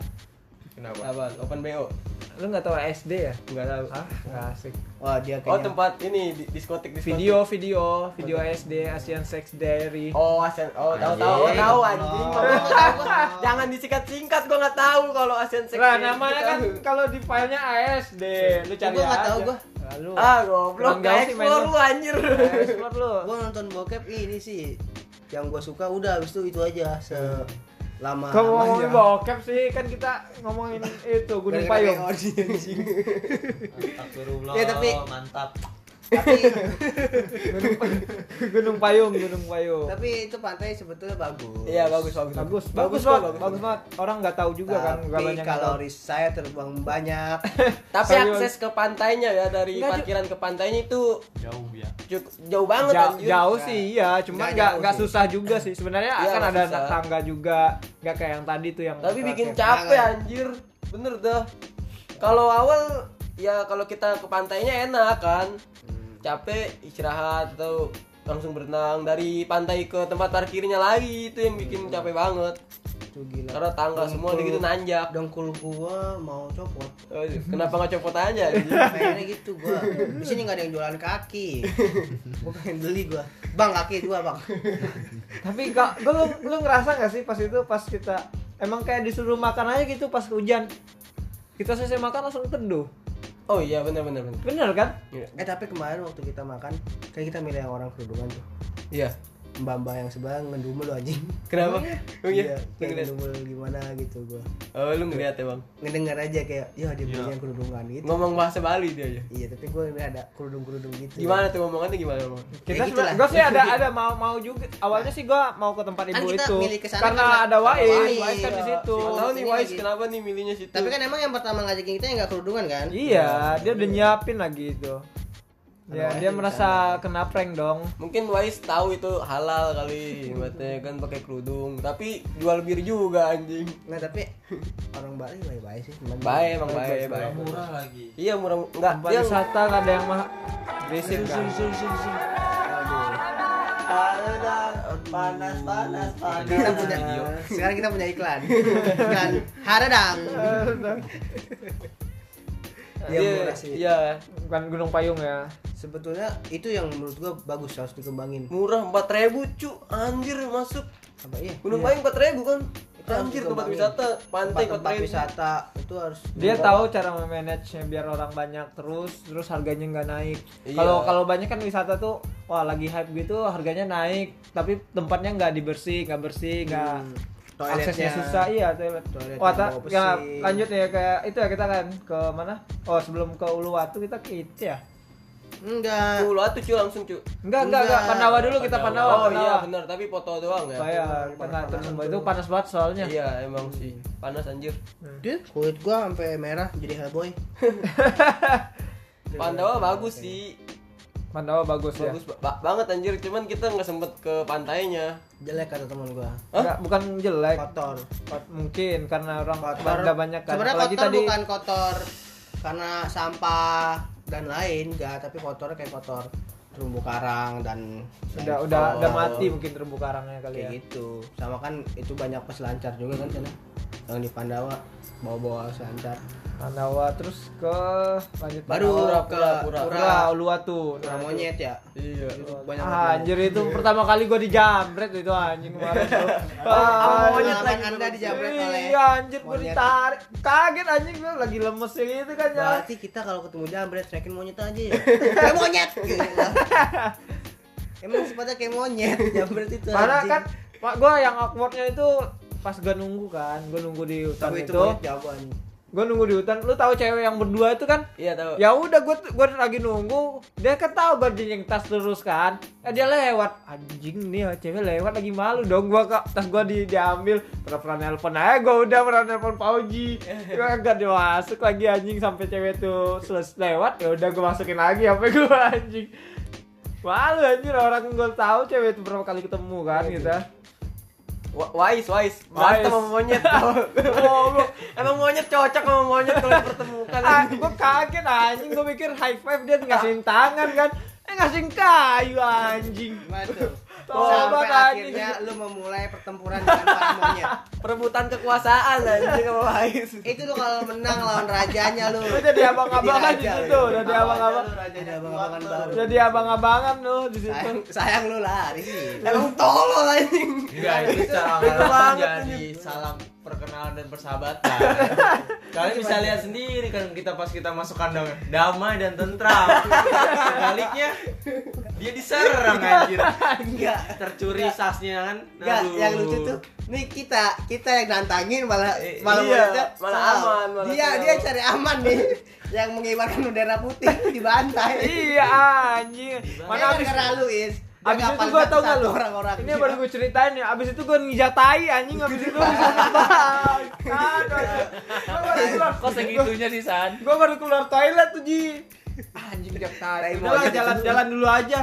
S3: Kenapa?
S2: Apa?
S5: Open BO.
S1: Lu nggak tahu ASD ya?
S2: Enggak tahu.
S1: Ah, nggak asik.
S2: Wah, dia
S5: Oh,
S2: kayaknya.
S5: tempat ini di- diskotik diskotik.
S1: Video, video, video ASD Asian Sex Diary.
S5: Oh, Asian. Oh, tahu tahu. Oh,
S3: Anjing.
S5: tahu anjing. Ngomong tahu gua. Jangan disikat-singkat gua nggak tahu kalau Asian Sex.
S1: Lah
S5: Game.
S1: namanya kan kalau di filenya ASD, lu cari
S2: Gua nggak
S1: aja.
S2: tahu gua.
S1: Lalu
S5: Ah, goblok.
S1: Kurang
S5: Gak
S1: gaul sih main lu.
S5: explore lu anjir.
S1: explore lu.
S2: Gua nonton bokep ini sih. Yang gua suka udah habis itu itu aja selama lama
S1: Kamu ngomongin bokep sih kan kita ngomongin itu Gunung Payung.
S7: Astagfirullah,
S2: Ya, tapi-
S7: mantap.
S2: Tapi
S1: Gunung Payung, Gunung Payung, Gunung Payung.
S2: tapi itu pantai sebetulnya bagus.
S5: Iya, bagus bagus.
S1: Bagus, bagus banget, bagus banget. Orang nggak tahu juga kan nggak
S2: Tapi
S1: banyak yang tahu.
S2: kalori saya terbang banyak.
S5: Tapi
S1: Serius.
S5: akses ke pantainya ya dari
S1: Nggak, Ju.
S5: parkiran ke pantainya itu
S7: Jauh ya.
S5: cu- jauh banget
S1: Ja-
S5: anjir.
S1: jauh sih iya, cuma
S2: Nggak
S1: nggak
S2: jauh
S1: nggak
S2: sih.
S1: susah juga sih. Sebenarnya
S5: Iya,
S1: akan
S5: nggak
S1: ada
S5: susah.
S1: anak tangga juga, nggak kayak yang tadi tuh yang.
S5: Tapi bikin
S1: terakhir.
S5: capek anjir. Bener dah. Kalau awal ya kalau kita ke pantainya enak kan. Capek istirahat atau langsung berenang dari pantai ke tempat parkirnya lagi itu yang bikin capek banget.
S2: Itu gila.
S5: Karena tangga semua gitu nanjak.
S2: Dengkul gua mau copot.
S5: Oh, Kenapa nggak copot aja? anjir?
S2: Pengennya gitu gua. Di sini nggak ada yang jualan kaki. Gua pengen beli gua. Bang kaki dua, Bang.
S1: Tapi kak, lu lu ngerasa nggak sih pas itu pas kita emang kayak disuruh makan aja gitu pas hujan. Kita selesai makan langsung teduh.
S5: Oh iya bener bener bener.
S1: Bener kan?
S2: Eh tapi kemarin waktu kita makan, kayak kita milih yang orang kerudungan tuh.
S5: Iya.
S2: Mbak-mbak yang sebelah ngedumel lu anjing.
S5: Kenapa? Oh iya. Lu
S2: kayak
S5: ngeliat.
S2: ngedumel gimana gitu gua.
S5: Oh lu ngeliat ya bang.
S2: Ngedengar aja kayak, "Ya, dia
S5: Iya.
S2: milih yang kerudungan" gitu.
S5: Ngomong bahasa Bali dia ya.
S2: Iya, tapi gua ini ada kerudung-kerudung gitu.
S5: Gimana tuh ngomongannya gimana bang?
S1: kita
S2: Ya gitu
S1: seben-
S2: lah.
S1: gua sih ada ada mau mau juga awalnya sih gua mau ke tempat
S2: Kan
S1: ibu
S2: kita
S1: itu
S2: milih ke sana
S1: karena
S2: karena
S1: ada Wais
S2: Wais.
S1: Wais kan di
S2: Iya.
S1: situ
S5: Nggak tahu nih
S2: Ini
S5: Wais
S2: lagi.
S5: kenapa nih milihnya situ?
S2: Tapi kan emang yang pertama ngajakin kita yang gak kerudungan kan?
S1: iya dia udah nyiapin lagi itu ya
S2: Wais
S1: dia
S2: di
S1: merasa kena prank dong
S5: Mungkin Wais tahu itu halal kali, katanya kan pakai kerudung, tapi jual bir juga anjing.
S2: Nah, tapi orang Bali baik-baik sih. cuman-
S5: Baik emang baik baik.
S7: Murah lagi.
S5: Iya murah enggak
S1: tempat
S5: dia
S1: wisata nggak ada yang mah berisik kan
S4: panas panas panas
S2: Kita punya sekarang kita punya iklan. Iklan Haradang. Dia murah sih.
S5: Iya,
S1: bukan Gunung Payung ya
S2: Sebetulnya itu yang menurut gua bagus harus dikembangin.
S5: murah 4000 cu, anjir masuk.
S2: Apa iya?
S5: Gunung Payung 4000 kan.
S2: Itu harus
S5: Anjir tempat
S2: dikembangin.
S5: wisata, pantai
S2: tempat
S5: 4000.
S2: wisata itu harus
S1: dia
S2: dibawa.
S1: tahu cara memanage biar orang banyak terus terus harganya nggak naik
S5: Iya.
S1: kalau kalau banyak kan wisata tuh wah lagi hype gitu harganya naik tapi tempatnya nggak dibersih nggak bersih nggak
S5: Hmm.
S2: Toiletnya.
S1: aksesnya susah iya toilet,
S2: Toilet
S1: wah
S2: yang
S1: tak
S2: bau
S1: ya,
S2: pesing.
S1: lanjut ya kayak itu ya kita kan ke mana oh sebelum ke Uluwatu kita ke itu ya
S2: Enggak.
S5: Cu, lu tuh cu langsung cu.
S1: enggak enggak enggak
S2: Enggak.
S1: Pandawa dulu kita Pandawa
S5: Oh
S1: Pandawa.
S5: iya benar, tapi foto doang
S1: Oh,
S5: ya.
S1: iya, kita nggak terus itu panas banget soalnya
S5: Iya emang sih panas anjir.
S2: Dia kulit gua sampai merah jadi Hellboy.
S5: Pandawa bagus sih,
S1: Pandawa bagus, ya
S5: bagus ba- banget anjir. Cuman kita nggak sempet ke pantainya.
S2: Jelek kata teman gua.
S1: Enggak, bukan jelek
S2: Kotor.
S1: Kot- mungkin karena orang
S2: Kotor.
S1: nggak banyak kan
S2: Sebenarnya
S1: apalagi
S2: kotor
S1: tadi
S2: bukan kotor karena sampah dan lain enggak, tapi kotor kayak kotor terumbu karang dan
S1: udah
S2: dan
S1: udah
S2: kotor.
S1: udah mati mungkin terumbu karangnya kali
S2: kayak
S1: ya
S2: gitu sama kan itu banyak peselancar juga kan sana yang di Pandawa bawa-bawa selancar
S1: Pandawa terus ke lanjut
S2: baru
S1: Pandawa.
S2: ke
S5: pura,
S2: pura,
S1: pura Uluwatu
S2: pura
S1: Nah, itu.
S2: monyet ya
S5: Iya.
S2: Itu banyak
S1: Ah,
S2: banget.
S1: anjir itu pertama kali gua dijamret itu anjing kemarin tuh. Ah,
S2: monyet lagi. Anda dijamret oleh
S1: Iya anjir gua
S2: monyet.
S1: ditarik. Kaget anjing gua lagi lemes gitu kan ya.
S2: berarti kita kalau ketemu jambret teriakin monyet aja ya kayak monyet Gila. emang sifatnya kayak monyet jambret itu
S1: Karena
S2: anjing.
S1: kan Pak gua yang awkwardnya itu pas gua nunggu kan, gua nunggu di hutan
S2: tapi itu
S1: itu.
S2: monyet jagoan
S1: Gua nunggu di hutan, lu tahu cewek yang berdua itu kan
S5: Iya tahu.
S1: ya udah gue gue lagi nunggu dia kan tahu gue dinyeng tas terus kan eh, dia lewat anjing nih ya, cewek lewat lagi malu dong gua kak tas gua di diambil pernah pernah nelpon aja gue udah pernah nelpon pauji gua gak dia masuk lagi anjing sampai cewek tuh selesai lewat ya udah gue masukin lagi apa gue anjing malu anjir orang gue tahu cewek itu berapa kali ketemu kan gitu
S5: Wa- Wais, wais. Berantem sama monyet.
S1: oh,
S5: Emang monyet cocok sama monyet kalau dipertemukan.
S1: gue kaget anjing gue pikir high five dia ngasihin tangan kan eh ngasihin kayu anjing
S2: Waduh. sampai
S5: Tobat anjing.
S2: akhirnya lu memulai pertempuran dengan para monyet
S5: Perebutan kekuasaan anjing sama Wahis.
S2: itu lu kalau menang lawan rajanya lu
S5: Udah jadi abang-abangan di
S2: Diraja,
S5: situ,
S2: lu.
S5: udah jadi abang-abang.
S2: Ada abang-abangan baru.
S5: Jadi gitu. abang-abangan lu di situ.
S2: sayang, sayang lu lari emang tolol anjing
S3: Enggak, itu secara nggak
S5: Betul
S3: langsung
S5: banget
S3: jadi
S5: ini.
S3: salam perkenalan dan persahabatan. Kalian bisa lihat sendiri kan kita pas kita masuk kandang damai dan tentram. Baliknya dia diserang anjir.
S2: enggak
S3: Tercuri sasnya kan.
S2: Enggak,
S3: Aduh.
S2: yang lucu tuh nih kita kita yang nantangin malah
S3: Eh,
S2: malah
S5: iya,
S2: mereka
S5: malah
S2: salah.
S5: aman, malah
S2: dia
S5: tenang.
S2: dia cari aman nih yang mengibarkan bendera putih dibantai
S5: Iya anjing.
S2: mana
S5: Mana
S2: kan
S5: abis
S2: karena lu is Dia
S5: abis itu
S2: ngapalin
S5: gua tau gak
S2: satu-satu
S5: lu?
S2: orang-orang
S5: Ini baru gue ceritain ya. Abis itu gue nginjak tai anjing abis itu bisa terbang. Aduh. anjing. Gua baru keluar-
S6: Kok segitunya sih San?
S5: Gua baru keluar toilet tuh Ji.
S1: Anjing tiap tarik.
S5: Udah lah jalan-jalan dulu aja.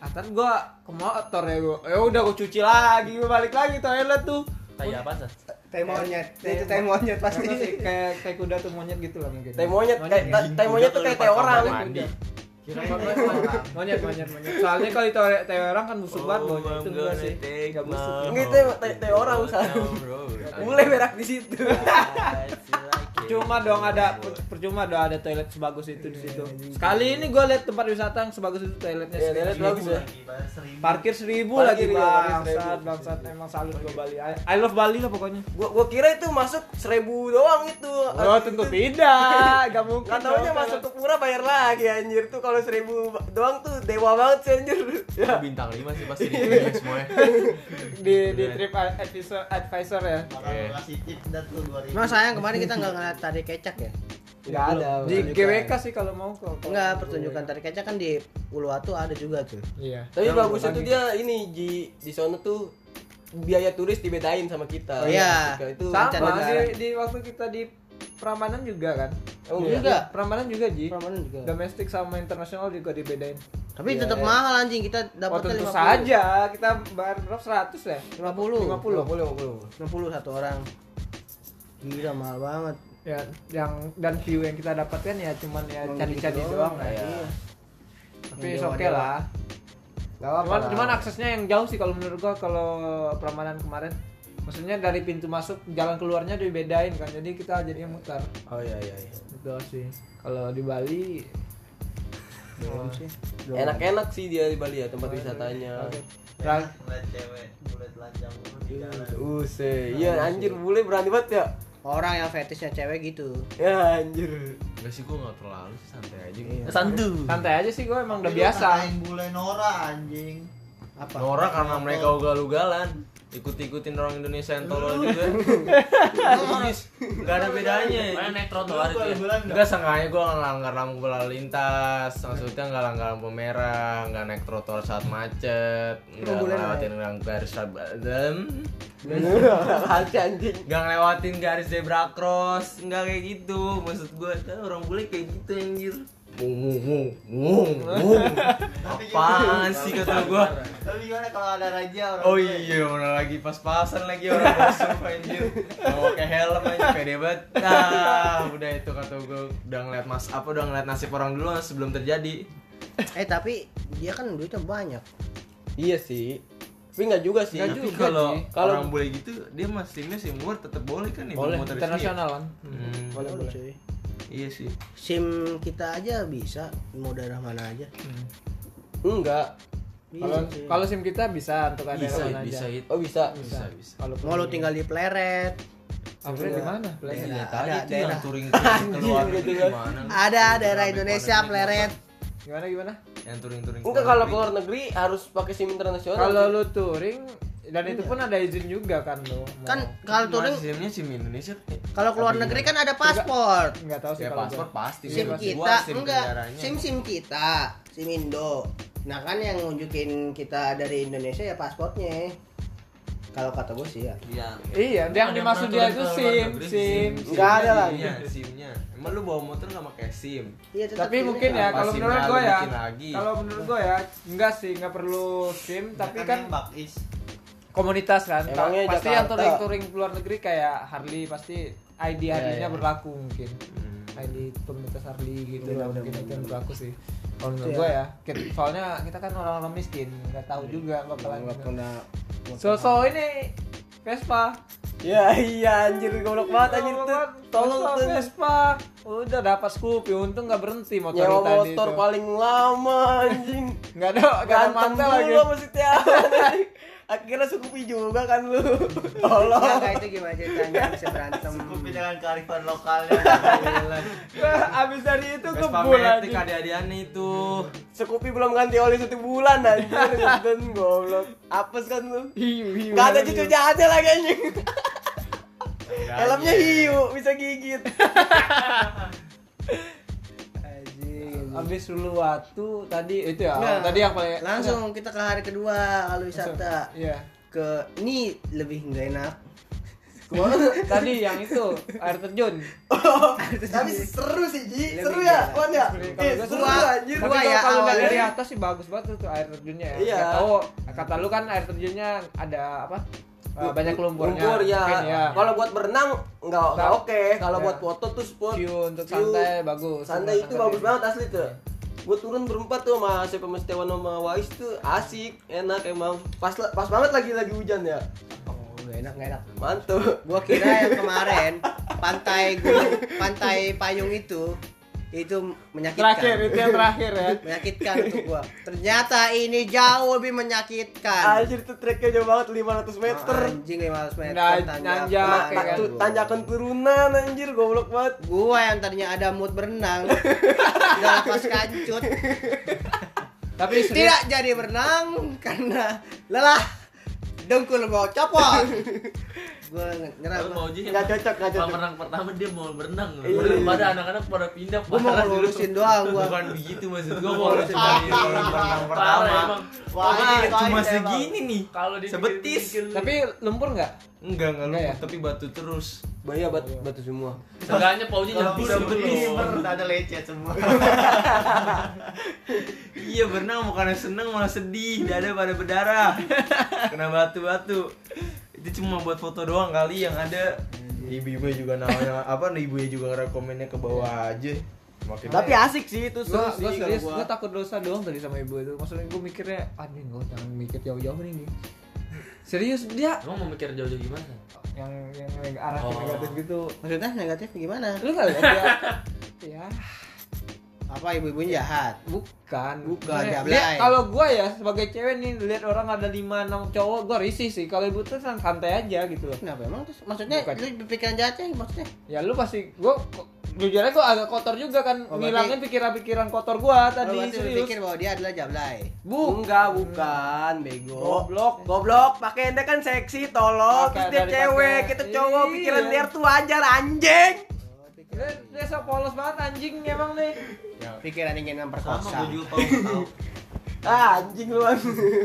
S1: Atas gua ke motor ya gua. Ya udah gua cuci
S5: Cuci lagi gue balik lagi toilet tuh. Ya
S6: Tai apa San?
S2: tai monyet
S5: Iya.
S2: Nah, itu tai monyet
S1: Pasti
S2: pasti
S1: kayak kayak kuda tuh monyet gitu lah mungkin.
S5: Tai monyet kayak tai- tai monyet tuh kayak tai orang.
S1: monyet monyet monyet. Soalnya kalau itu tai orang kan busuk banget
S5: Oh,
S1: baunya itu enggak sih. Enggak busuk.
S5: Enggak, itu te- te orang, San. Mulai berak di situ.
S1: Percuma dong ada percuma dong ada toilet sebagus itu di situ. Sekali ini gua lihat tempat wisata yang sebagus itu toiletnya.
S5: Ya, toilet
S1: seribu.
S5: bagus ya.
S1: Parkir seribu
S5: Parkir,
S1: lagi
S5: iya, parkir seribu.
S1: bangsat bangsat emang salut gua Bali. I I love Bali lah pokoknya.
S5: Gua gua kira itu masuk seribu doang itu.
S1: Oh tentu tidak, gak mungkin.
S5: Gak taunya
S1: dong,
S5: masuk ke pura bayar lagi anjir tuh kalau seribu doang tuh dewa banget sih anjir ya.
S3: bintang 5 sih pasti di ya. video semuanya.
S1: di di trip advisor advisor ya.
S4: Orang kasih tips dah tuh 2000.
S2: Emang sayang kemarin kita nggak ngeliat tari kecak ya?
S1: Gak ada. Di
S2: bukan.
S1: GWK sih kalau mau kok.
S2: Enggak, pertunjukan tari kecak kan di Uluwatu ada juga tuh.
S1: Iya.
S5: Tapi bagusnya tuh dia ini di di sono tuh biaya turis dibedain sama kita.
S2: Oh, iya.
S5: Ketika Itu
S2: Sama.
S1: Sama di,
S2: Rencana negara.
S1: di waktu kita di Prambanan juga kan.
S5: Oh,
S1: Iya.
S2: juga?
S1: Prambanan juga Ji.
S2: Prambanan juga.
S1: Domestik sama internasional juga dibedain.
S2: Tapi
S1: iya,
S2: tetap mahal anjing kita
S1: Oh
S2: dapatnya
S1: tentu
S2: 50.
S1: saja kita bayar berapa 100 ya?
S2: 50.
S1: 50.
S2: 50 satu orang. Gila mahal banget.
S1: Ya, yang dan view yang kita dapatkan ya cuman ya
S2: Cuma
S1: candi-candi
S2: gitu
S1: doang lah ya.
S2: Iya.
S1: Tapi
S2: Yang
S1: oke
S2: dewa-dewa.
S1: lah.
S2: Gak apa-apa.
S1: Cuman,
S2: lah.
S1: cuman aksesnya yang jauh sih kalau menurut gua kalau Prambanan kemarin. Maksudnya dari pintu masuk jalan keluarnya dibedain kan. Jadi kita jadinya mutar.
S5: Oh iya iya. iya.
S1: Itu sih. Kalau di Bali
S2: Belum sih. Belum.
S5: Enak-enak sih dia di Bali ya tempat wisatanya.
S1: Ra-
S4: Ngeliat cewek, ngeliat telanjang dulu di jalan.
S5: Use,
S1: Nah,
S5: iya anjir bule berani banget ya.
S2: Orang yang fetishnya cewek gitu.
S5: Ya anjir.
S3: Enggak sih gua enggak terlalu sih santai aja.
S6: Santu.
S1: santai aja sih gua emang udah
S4: Tapi lu
S1: biasa.
S4: tanyain bule Nora anjing.
S2: Apa?
S3: Nora karena mereka ugal-ugalan ikut-ikutin orang Indonesia yang tolol juga Terus, nggak ada bedanya
S6: Mana naik trotoar itu ya?
S4: Bulan-bulan
S3: Enggak seenggaknya gue ngelanggar lampu lalu lintas Maksudnya nggak langgar lampu merah nggak naik trotoar saat macet nggak
S2: boleh
S3: ngelewatin gang garis dan
S5: Hati anjing.
S3: nggak ngelewatin garis zebra cross nggak kayak gitu Maksud gue, orang bule kayak gitu anjir Wung, wung, wung, wung. Apaan sih kata gue
S4: Tapi gimana kalau ada raja orang?
S3: Oh iya, mana lagi pas-pasan lagi orang basuh anjir. Mau pakai helm aja pede banget. Nah, udah itu kata gue udah ngeliat mas apa udah ngeliat nasib orang dulu sebelum terjadi.
S2: Eh tapi dia kan duitnya banyak.
S5: Iya sih. Tapi enggak juga sih.
S1: Nggak
S3: Tapi
S1: juga
S3: kalau
S1: sih.
S5: Kalau-
S3: orang boleh gitu, dia masihnya sih umur tetap boleh kan ya
S1: Boleh
S3: bermuter di sini?
S1: internasional kan.
S3: Hmm,
S2: Boleh, cuy.
S3: iya sih.
S2: SIM kita aja bisa mau daerah mana aja. Iya,
S5: Enggak.
S1: Kalau kalau SIM kita bisa untuk ada
S3: Bisa,
S1: mana
S3: bisa
S1: aja.
S3: itu.
S5: Oh bisa.
S1: Bisa,
S3: Bisa, bisa.
S1: Kalau
S2: mau lu tinggal di Pleret.
S1: Upgrade di mana?
S3: Lah,
S2: Ada,
S3: iya,
S2: ada
S3: tadi itu yang
S2: daerah.
S3: touring touring keluar
S1: gitu
S3: negeri
S1: kan.
S3: gimana?
S2: Ada daerah
S3: Sampai
S2: Indonesia
S3: keluar negeri.
S2: Pleret.
S1: Gimana gimana?
S3: Yang touring touring.
S5: Enggak kalau keluar negeri harus pakai SIM internasional.
S1: Kalau lu touring dan itu pun ada izin juga kan lu. mau.
S2: Iya. Kan kalau touring
S3: simnya sim Indonesia.
S2: kalau keluar
S3: Tapi
S2: negeri kan ada paspor.
S1: nggak tahu sih
S3: Ya
S1: kalau
S3: paspor
S1: gua.
S3: pasti.
S2: SIM
S3: bebas.
S2: kita
S3: Gua SIM
S2: enggak
S3: kendaraannya.
S2: SIM SIM kita, SIM Indo. Nah kan yang nunjukin kita dari Indonesia ya pasportnya. Kalau kata gue sih ya.
S3: Iya.
S1: Iya, yang
S6: Ada
S1: dimaksud dia
S6: peraturan
S1: itu
S6: kalau
S1: SIM,
S3: Negeri
S1: SIM.
S5: Nggak ada lah.
S3: SIM-nya, SIM-nya. Emang lu bawa motor nggak pakai SIM?
S2: Iya, tetap
S1: Tapi
S2: ini
S1: mungkin
S2: kan.
S1: ya
S3: Apa
S1: kalau
S3: SIM-nya
S1: menurut
S3: lu
S1: gua ya.
S3: bikin lagi?
S1: Kalau menurut gua ya, enggak sih, nggak perlu SIM, tapi
S4: Makan
S1: kan
S4: nembak, is.
S1: komunitas kan.
S5: Emangnya
S1: pasti
S5: Jakarta. Iya,
S1: yang touring-touring luar negeri kayak Harley pasti
S5: Iya,
S1: ID Harley-nya berlaku mungkin. ID komunitas Harley gitu lah mungkin itu yang berlaku sih. Kalau menurut
S2: Iya.
S1: gua ya, kita- soalnya kita kan orang-orang miskin, nggak
S5: Iya.
S1: tahu juga bakalan.
S2: nggak pernah
S1: So so ini Vespa.
S5: Ya iya anjir goblok banget anjir tuh. Tolong
S1: Vespa,
S5: tuh.
S1: Vespa. Udah dapat Scoopy, untung nggak berhenti motor
S5: Nyawa
S1: tadi.
S5: motor
S1: itu.
S5: paling lama anjing.
S1: Nggak ada, nggak ada
S5: Berantem
S1: mata lagi.
S5: dulu sama si Tiawan anjing. Akhirnya Sukupi juga kan lu.
S2: Nggak,
S5: Tolong.
S1: Iya,
S2: nggak, itu gimana ceritanya bisa berantem
S4: Kopi dengan kearifan lokalnya.
S1: Abis dari itu
S3: Vespa
S1: kebul
S3: Matic
S1: aja.
S3: ada-adaan itu.
S5: Sukupi belum ganti oli satu bulan anjir. Dan goblok. Apes kan lu. Gak ada cucu jahatnya lagi anjing. Helmnya hiu bisa gigit.
S2: Anjing.
S1: Abis dulu waktu tadi itu ya.
S2: Nah,
S1: tadi yang paling
S2: langsung kita ke hari kedua kalau wisata
S1: Iya.
S2: ke ini lebih nggak enak
S1: tadi yang itu air terjun.
S5: Tapi seru sih Ji.
S2: Lebih
S5: Seru ya,
S2: gila.
S5: Wan ya?
S1: Kalau
S5: Eh,
S1: gua
S5: seru
S1: suka.
S5: anjir.
S1: Tapi
S2: Gua
S1: kalau-
S2: ya,
S1: kalau lihat
S2: awalnya.
S1: dari atas sih bagus banget tuh, tuh air terjunnya ya.
S5: Iya.
S1: Nggak tahu kata lu kan air terjunnya ada apa? eh, banyak lumpurnya.
S5: Lumpur ya.
S1: Mungkin,
S5: Kalau buat berenang enggak
S1: Nggak.
S5: oke. Kalau
S1: Ya.
S5: buat foto tuh sport.
S1: view untuk
S5: view.
S1: santai bagus.
S5: Santai itu
S1: Santai.
S5: bagus banget asli tuh. Gue turun berempat tuh sama siapa Mas Tewan sama Wais tuh asik, enak emang. Pas pas banget lagi lagi hujan ya.
S2: oh nggak enak nggak enak
S5: Mantul.
S2: gua kira yang kemarin pantai gunung pantai payung itu itu menyakitkan
S1: Terakhir itu yang terakhir ya.
S2: menyakitkan untuk gua ternyata ini jauh lebih menyakitkan
S5: Anjir tuh treknya jauh banget 500 meter.
S2: anjing 500 meter
S1: Nah,
S2: tanjakan.
S1: nanjak, ya
S5: Ta- ta-
S1: kan?
S5: tu- Tanjakan turunan anjir goblok banget.
S2: gua yang tadinya ada mood berenang udah lepas kancut
S1: Tapi serius,
S2: tidak jadi berenang karena lelah dengkul mau copot gua nyerah
S6: Kalau
S2: gua.
S6: mau uji
S5: Enggak cocok, enggak
S6: Kolam
S5: cocok.
S6: renang pertama dia mau berenang.
S5: Iya.
S6: Udah pada anak-anak pada pindah
S2: gua mau
S6: parah dulu.
S2: ngelurusin doang gua
S3: Bukan begitu maksud gua mau cari orang berenang
S6: Parah
S3: pertama.
S6: emang.
S4: Wah, ini
S3: Cuma
S4: emang.
S3: segini nih.
S6: Kalau di
S3: Sebetis.
S1: tapi lumpur nggak?
S3: Enggak, enggak
S1: Enggak ya?
S3: lumpur, tapi batu terus.
S5: Bahaya batu,
S1: Iya.
S5: batu semua.
S6: Seenggaknya paunya
S4: Kalau
S6: nyentuh
S4: udah
S6: sebetis.
S4: berimer, ada lecet semua.
S3: Iya berenang bukannya seneng malah sedih dada pada berdarah kena batu-batu itu cuma buat foto doang kali yang ada ibu-ibu Iya. juga namanya apa ibu ya juga rekomennya ke bawah aja makin
S5: Tapi asik sih itu seru
S1: Gua,
S5: sih
S1: gua
S5: kalau
S1: serius,
S5: gua.
S1: gua takut dosa doang tadi sama ibu itu. Maksudnya gua mikirnya, aduh gua jangan mikir jauh-jauh nih. gua." Serius dia
S6: Emang mau mikir jauh-jauh gimana?
S1: yang yang neg- arah ke
S6: Oh.
S1: negatif gitu.
S2: maksudnya negatif gimana
S1: Lu nggak lihat dia? ya,
S2: apa ibu-ibunya jahat
S1: bukan.
S2: Bukan,
S1: Dia-
S2: Jablay.
S1: dia, Kalau gua ya sebagai cewek nih lihat orang ada 5 6 cowok gua risih sih. Kalau ibu tuh santai aja gitu loh.
S2: kenapa emang terus maksudnya
S1: Bukan.
S2: lu berpikiran jahatnya maksudnya
S1: Ya lu pasti gua ko- jujur aja gua agak kotor juga kan
S2: Oh, berarti-
S1: ngilangin pikiran-pikiran kotor gua tadi
S2: Lu berarti
S1: serius.
S2: berpikir bahwa dia adalah jablay
S1: Bu,
S5: Enggak, bukan, bego.
S1: Goblok.
S5: Goblok, pakaiannya kan seksi, tolong.
S1: Pakai
S5: Terus dia
S1: dari
S5: cewek,
S1: pakai.
S5: kita cowok,
S1: Iya.
S5: pikiran dia tuh wajar anjing.
S1: dia, "Eh, dia so polos banget anjing emang nih.
S2: pikiran ingin
S3: sama
S2: memperkosa
S3: gue juga tahu tahu
S5: Ah, anjing lu. Wan.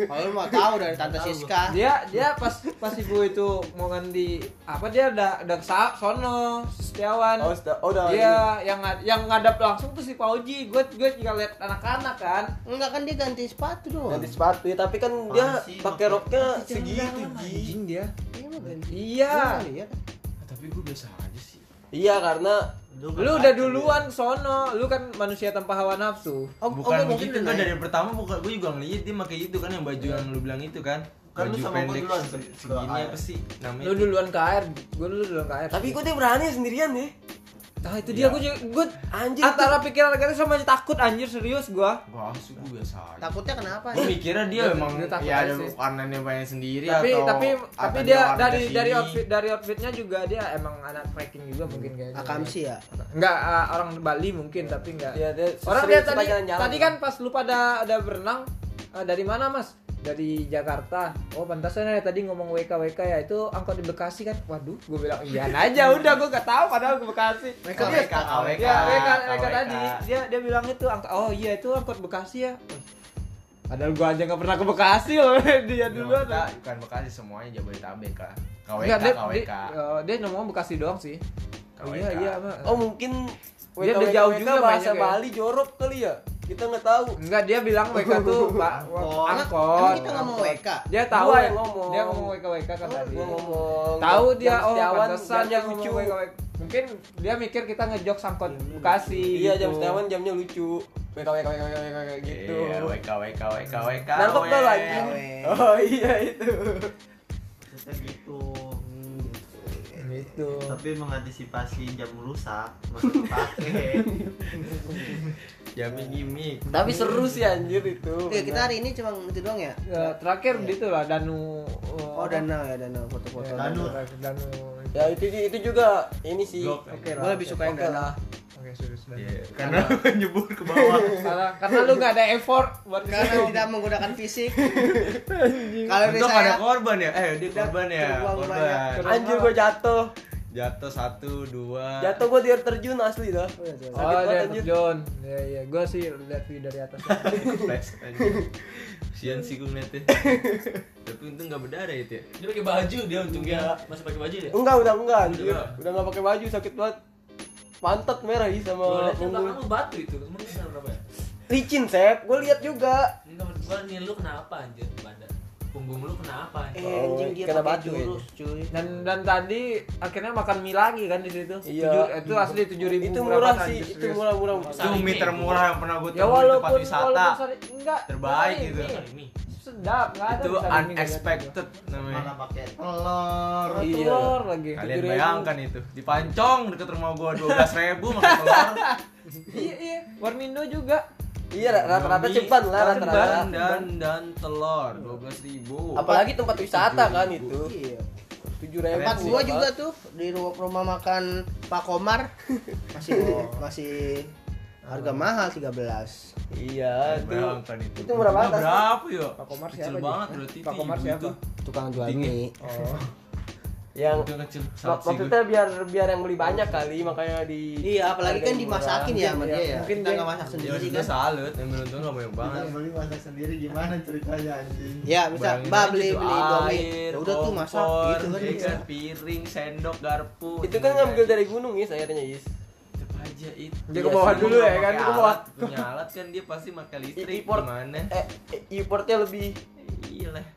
S2: kalau lu mau tahu dari tante Siska
S1: Dia dia pas pas ibu itu mau ganti apa dia udah udah ke sa- sono setiawan.
S5: Oh, sudah. Oh, udah.
S1: Iya, yang ngad- yang ngadap langsung tuh si Pauji. Gue gue juga liat anak-anak kan.
S2: enggak kan dia ganti sepatu doang
S5: Ganti sepatu, ya, tapi kan dia
S4: sih,
S5: pakai
S4: pakai-
S5: roknya segitu, Ji.
S1: Anjing dia.
S2: Iya, mah ganti
S1: Iya.
S2: Iya, kan?
S3: Ah, tapi gue biasa aja sih
S5: Iya, karena
S1: Lu udah duluan ke sono. Lu kan manusia tanpa hawa nafsu.
S2: oh, oh,
S3: bukan
S2: gua mungkin
S3: begitu kan
S2: nanya.
S3: dari pertama bukan gue juga ngeliat dia pakai itu kan yang baju yang lu bilang itu kan
S4: Kan lu
S3: baju
S4: sama gua
S3: pendek
S4: duluan,
S3: se-
S4: ke-
S3: segini
S4: ke
S3: apa sih namanya
S1: Lu duluan ke air, gue dulu duluan ke air.
S5: tapi kok dia berani sendirian ya?
S1: Nah, itu dia gue gue
S5: Anjing.
S1: antara pikiran negatif sama takut anjir serius gue.
S3: gue asli gue biasa aja
S2: takutnya kenapa
S3: gue mikirnya dia
S1: Dia-
S3: emang
S1: dia takut
S3: ya
S1: aja
S3: ada
S1: sih.
S3: warnanya banyak sendiri
S1: tapi
S3: atau
S1: tapi tapi
S3: atau
S1: Iya dia
S3: warna
S1: dari
S3: sini.
S1: dari outfit dari outfitnya juga dia emang anak trekking juga mungkin kayaknya
S2: akamsi ya
S1: enggak eh, orang Bali mungkin tapi enggak
S5: Iya, dia
S1: orang
S5: sering
S1: dia tadi
S5: suka jalan-jalan.
S1: tadi kan pas lu pada ada berenang eh, dari mana mas dari Jakarta oh pantasan ya tadi ngomong WK WK ya itu angkot di Bekasi kan waduh gue bilang iya aja udah gue gak tahu padahal ke Bekasi
S2: Mereka-
S1: Serius.
S2: mereka-
S3: KWK,
S1: ya WK WK
S3: KWK.
S1: tadi dia dia bilang itu angkot oh iya itu angkot Bekasi ya Wih, Padahal gua aja gak pernah ke Bekasi loh dia dulu
S3: Kita bukan Iya, Bekasi semuanya Jabodetabek lah. KWK,
S1: Enggak, dia,
S3: KWK.
S1: Dia, eh, dia ngomong Bekasi doang sih. Oh, iya, iya. Mak.
S5: Oh, mungkin
S1: Dia
S5: WKWK
S1: udah jauh juga
S5: bahasa
S1: banyak ya.
S5: Bali jorok kali ya. Kita nggak tahu.
S1: Enggak, dia bilang WK tuh Pak
S4: Angkot.
S1: angkot.
S2: Emang kita ngomong
S1: Angkot.
S2: WK?
S1: Dia tahu
S5: Gua
S1: ya,
S5: yang ngomong.
S1: Dia ngomong WK WK kan tadi.
S5: Gua ngomong.
S1: Tahu
S5: yang
S1: dia oh
S5: Setiawan,
S1: pantesan
S5: jamnya
S1: dia ngomong
S5: lucu.
S1: WK WK. Mungkin dia mikir kita ngejok sangkot Bekasi.
S5: Iya, jam
S1: gitu.
S5: setiawan jamnya lucu. WK WK WK WK WK gitu.
S3: Iya, WK WK WK WK.
S5: Nangkep gak
S3: weh.
S5: lagi? Oh iya itu.
S4: Maksudnya gitu.
S1: Gitu.
S4: Tapi mengantisipasi jam rusak, masuk pakai.
S3: Jamin gimmick.
S5: Tapi seru sih anjir itu.
S2: Oke, Iya, kita
S5: bener.
S2: hari ini cuma itu doang ya?
S1: Ya, terakhir
S5: Iya.
S1: gitu lah Danu. uh,
S2: Oh, danau ya, danau foto-foto.
S1: Ya,
S4: Danu.
S1: Danu.
S5: Ya itu itu juga ini sih.
S3: Blok.
S1: Oke lah.
S2: Gue lebih suka yang
S5: Oke
S2: danau.
S5: lah.
S1: Oke, serius Danu.
S3: Iya, karena nyebur ke bawah.
S1: Karena, karena lu gak ada effort buat ke
S2: Karena
S1: situ.
S2: tidak menggunakan fisik. Kalau dari
S3: Untuk ada
S2: saya
S3: korban ya? Eh, dia korban ya.
S2: terbuang banyak.
S3: Korban.
S5: Anjir gua jatuh.
S3: Jatuh satu, dua.
S5: Jatuh gua di air terjun asli dah.
S1: Oh,
S5: Sakit banget,
S1: dia
S5: anjir.
S1: John. Ya iya, gua sih lihat view dari atas.
S3: Flash aja. Sian sih gue ngeliatnya. Tapi untung gak berdarah itu ya.
S6: Dia pakai baju dia untungnya masih pakai baju dia.
S5: Enggak, udah enggak anjir.
S3: Udah.
S5: Udah enggak pakai baju sakit banget. Pantat merah sih
S6: Gua
S5: sama
S6: liat kan tangan
S5: punggung.
S6: lu batu itu. Temen lu kenapa berapa ya?
S5: Licin, Sep. Gua lihat juga.
S6: Ini temen gua nih lu kenapa anjir Banda? Punggung lu kenapa?
S2: eh,
S6: anjir?
S2: anjing dia
S5: Kena
S2: pakai
S5: batu
S2: jurus, cuy.
S1: Dan dan tadi akhirnya makan mie lagi kan di situ.
S5: Iya.
S1: Tujuh- itu asli 7000
S5: Itu
S1: berapa
S5: murah
S1: kan,
S5: sih,
S1: serius.
S5: itu murah-murah.
S3: Itu mie termurah yang pernah gue
S1: Ya
S3: temui di tempat
S1: walaupun
S3: wisata.
S1: walaupun sari- enggak
S3: Terbaik
S1: sari
S3: gitu.
S1: mie.
S6: Kali ini.
S1: Sedap, enggak ada.
S3: Itu
S1: sari mie kayak
S3: unexpected
S4: Mana
S3: namanya.
S4: pakai telur.
S1: gitu.
S5: Iya.
S1: Telur lagi.
S3: Kalian bayangkan itu di Pancong deket rumah gua dua belas ribu makan telur.
S1: Iya, iya. Warmindo juga.
S5: Iya, rata-rata ceban lah rata-rata.
S3: Dan dan dan telur dua belas ribu.
S5: Apalagi tempat wisata kan itu.
S2: Iya.
S5: Tujuh ribu.
S2: Tempat gua juga tuh di ru- rumah makan Pak Komar masih masih harga mahal 13.
S5: Iya,
S2: kan.
S5: itu.
S3: Bayangkan itu.
S5: Itu murah banget, asli.
S3: Berapa ya?
S1: Pak Komar
S3: Kecil
S1: siapa, Ji?
S3: banget berarti
S1: Pak Komar
S3: ibu
S1: siapa?
S3: itu.
S2: Tukang jual
S3: Tinggi.
S2: mie.
S1: Oh.
S5: Yang
S3: Itu kecil.
S5: mak-
S3: Saat sih
S5: maksudnya biar biar yang beli banyak kali makanya di
S2: Iya, apalagi kan
S5: Harganya
S2: dimasakin
S5: murah. Iya,
S2: ya sama dia ya.
S1: Mungkin
S2: Kita
S1: dia-
S2: nggak masak
S3: Ya
S2: sendiri
S3: udah
S2: kan.
S3: salut, yang beruntung gak banyak banget
S4: Kita beli masak sendiri gimana ceritanya anjing?
S1: Iya,
S2: Ya, bisa
S3: Bayangin
S2: Mbak
S3: aja
S2: beli
S3: tuh
S2: beli Indomie.
S3: air,
S2: Ya udah tuh masak
S3: kompor,
S2: gitu kan.
S3: ya
S2: bisa.
S3: piring, sendok, garpu. Iya,
S5: Itu kan ngambil dari gunung ya airnya, Is.
S3: Tetep aja itu.
S5: Dia ke bawah dulu ya kan,
S3: Dia
S5: ke bawah.
S3: Punya alat kan dia pasti pakai listrik.
S5: Import.
S3: Gimana?
S5: Eh, eh, importnya lebih
S3: Iya lah.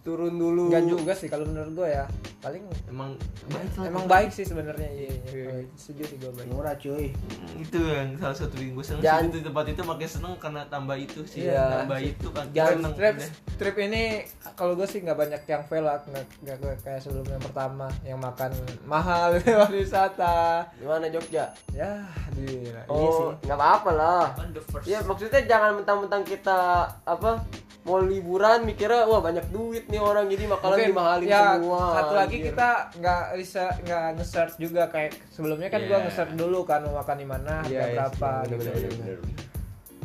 S5: turun dulu.
S1: Enggak juga sih kalau menurut gua ya. Paling
S3: Emang baik lah.
S1: emang baik sih sebenarnya. Iya, iya. Kalau Setuju sih gua baik.
S2: Murah cuy.
S3: Hmm, itu yang salah satu yang gue seneng
S5: Jangan-
S3: sih di tempat itu makin seneng karena tambah itu sih
S5: Iya.
S3: tambah itu kan
S1: Jangan
S3: seneng
S1: trip,
S3: udah.
S1: trip ini kalau gue sih nggak banyak yang velak nggak nggak kayak- kayak sebelum yang pertama yang makan mahal di wisata
S5: Gimana Jogja?
S1: ya di
S2: Iya
S5: Oh, nggak apa-apa lah.
S6: On kan the first.
S5: Ya maksudnya jangan mentang-mentang kita apa mau liburan mikirnya wah banyak duit nih orang jadi makanan
S1: Mungkin,
S5: dimahalin
S1: ya,
S5: semua.
S1: Satu lagi
S5: anjir.
S1: kita nggak bisa nggak nge-search juga kayak sebelumnya kan gua
S3: Iya.
S1: nge-search dulu kan mau makan di mana, harga
S5: Iya, iya,
S1: berapa
S5: iya,
S1: gitu.
S5: bener-bener.
S1: Dan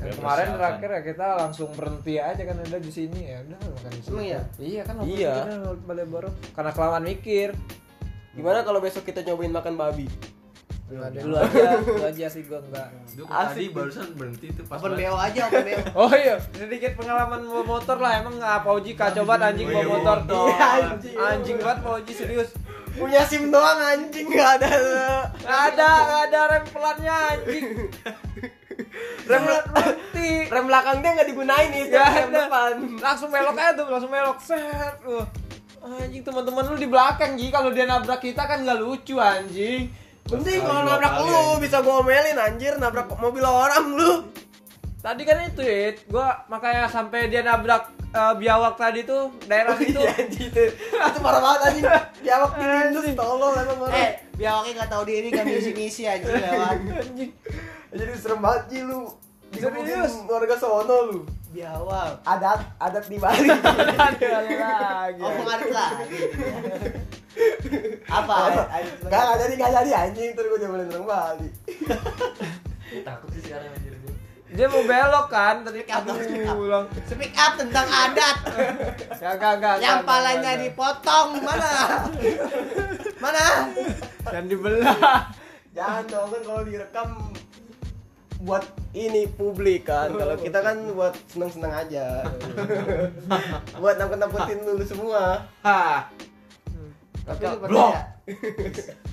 S3: Nggak
S1: kemarin
S3: persiapan.
S1: terakhir ya kita langsung berhenti aja kan ada di sini ya udah makan di sini.
S2: Emang iya?
S1: Iya kan waktu
S5: Iya.
S1: itu kan balik baru karena kelamaan mikir.
S5: Gimana kalau besok kita nyobain makan babi?
S1: Nah, deh, lu aja, lu aja sih gua enggak.
S3: Duh, tadi
S5: Asik tuh.
S3: barusan berhenti tuh pas
S2: Open
S3: banget.
S2: BO aja, open BO.
S1: Oh iya, sedikit pengalaman bawa motor lah emang nggak Pauji kacau banget anjing
S3: Oh
S1: bawa
S3: iya,
S1: motor.
S3: motor.
S1: Iya, anjing. Anjing banget Pauji serius.
S5: Punya SIM doang anjing nggak ada.
S1: Nggak ada, nggak ada rem pelannya anjing. Rem pelan berhenti.
S5: Rem belakang dia nggak digunain nih,
S1: Nggak
S5: rem
S1: ada.
S5: depan.
S1: langsung melok aja tuh langsung melok set lu anjing teman-teman lu di belakang ji kalau dia nabrak kita kan nggak lucu anjing
S5: Penting
S3: Sekali
S5: kalau
S3: dua
S5: nabrak
S3: kali, ya.
S5: lu
S3: anjing.
S5: bisa gua omelin anjir nabrak mobil orang lu.
S1: tadi kan itu ya gua makanya sampai dia nabrak eh, biawak tadi tuh daerah situ
S5: Iya anjing itu. Itu parah banget anjing. Diawak dilindus tolol emang
S2: Eh,
S5: orang.
S2: biawaknya nggak tahu diri nggak misi misi aja lewat.
S5: Anjing. Jadi serem banget sih lu. Dikebukin
S1: Serius?
S5: warga sono lu.
S2: Biawak.
S5: Adat adat di Bali.
S1: ada lagi
S2: Oh, ngarit lah. Apa? Ay- ay-
S5: Gak gak jadi gak jadi anjing terus gua nyomelin orang Bali.
S6: Takut sih sekarang anjir gua.
S1: dia mau belok kan tadi
S2: Speak up, speak up.
S1: ulang
S2: Speak up tentang adat.
S1: ya gak gak
S2: Yang palanya dipotong mana? Mana?
S1: dan dibelah
S5: Jangan dong kan kalau direkam buat ini publik kan. Kalau kita kan buat seneng-seneng aja. buat nakut-nakutin lu semua.
S3: Hah.
S2: Tapi lu
S3: Blok.
S2: percaya?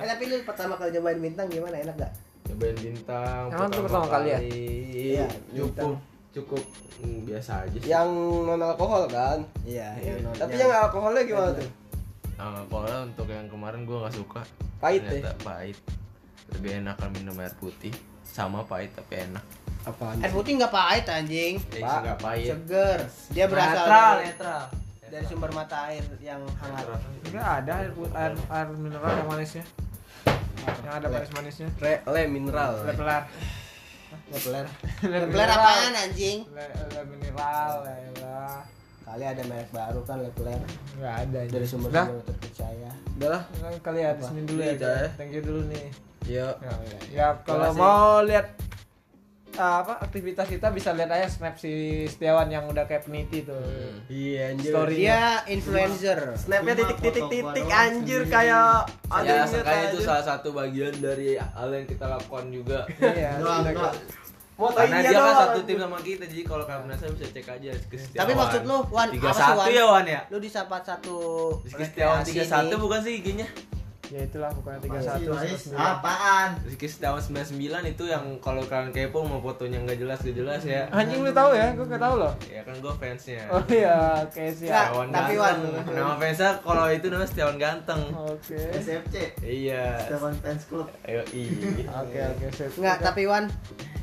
S2: Eh, tapi lu pertama kali cobain bintang gimana? Enak gak?
S3: cobain bintang
S1: Emang tuh pertama kali ya?
S3: iya cukup cukup mm, biasa aja sih
S5: Yang non alkohol kan.
S2: Iya.
S5: Tapi yang alkoholnya gimana tuh?
S3: Nah, kalau untuk yang kemarin gue nggak suka
S5: Pahit ya?
S3: ternyata pahit lebih enakan minum air putih sama pahit tapi enak
S5: Apaan?
S2: Air putih nggak pahit anjing.
S8: Ya, sih, nggak pahit.
S2: Seger. Dia berasal
S3: netral
S2: dari,
S3: netral
S2: dari sumber mata air yang hangat.
S1: Enggak ada air, put- air, air mineral yang manisnya. Yang ada manis-manisnya.
S3: Re- le mineral
S1: Lepelar.
S2: Lepeler.
S1: Lepelar
S2: Lepeler apaan anjing?
S1: mineral, ya lelah.
S2: Kali ada merek baru kan Lepeler
S1: Enggak ada.
S2: dari sumber-sumber terpercaya.
S3: udahlah
S1: Nah, kali ya, di sini dulu ya.
S3: Iya, Jaya.
S1: Thank you dulu nih.
S5: Iya.
S3: yuk
S1: Ya, ya kalau
S3: kasih.
S1: mau lihat ah, apa aktivitas kita bisa lihat aja snap si Setiawan yang udah kayak peniti tuh.
S3: iya anjir
S1: Story.
S2: Dia influencer.
S5: Snapnya
S4: Cuma
S5: titik-titik-titik
S4: foto gua doang
S5: anjir
S4: sendiri.
S5: kayak
S3: ya
S5: inget
S3: seenggaknya itu
S5: aja.
S3: salah satu bagian dari hal yang kita lakukan juga
S1: Iya.
S4: Doang,
S1: udah
S4: doang.
S3: karena
S5: Fotoinnya
S3: dia kan
S5: doang.
S3: satu tim sama kita jadi kalau kalian penasaran bisa cek aja Rizky Setiawan
S2: Tapi maksud lu, Wan, apa
S3: tiga
S2: sih,
S3: satu
S2: Wan?
S3: ya Wan ya
S2: Lu disapat satu
S3: Rizky Setiawan
S2: rekreasi
S3: tiga
S2: nih.
S3: satu bukan sih IG-nya
S1: Ya itulah bukannya tiga
S4: Masih,
S1: satu.
S4: Mas. Apaan?
S3: Rizky Setiawan 99 itu yang kalau kalian kepo mau fotonya nggak jelas nggak jelas ya
S1: Anjing lu tahu ya, gua enggak tahu loh.
S3: ya kan gue fansnya
S1: Oh iya, oke
S2: Nggak,
S1: siap.
S3: Setiawan
S2: tapi Wan. Oh.
S3: ganteng nama fansnya kalau itu namanya Setiawan ganteng
S1: Oke.
S4: SFC.
S3: iya
S4: Seven Fans Club.
S3: ayo iya
S1: Oke, oke, sip.
S2: Enggak, tapi Wan,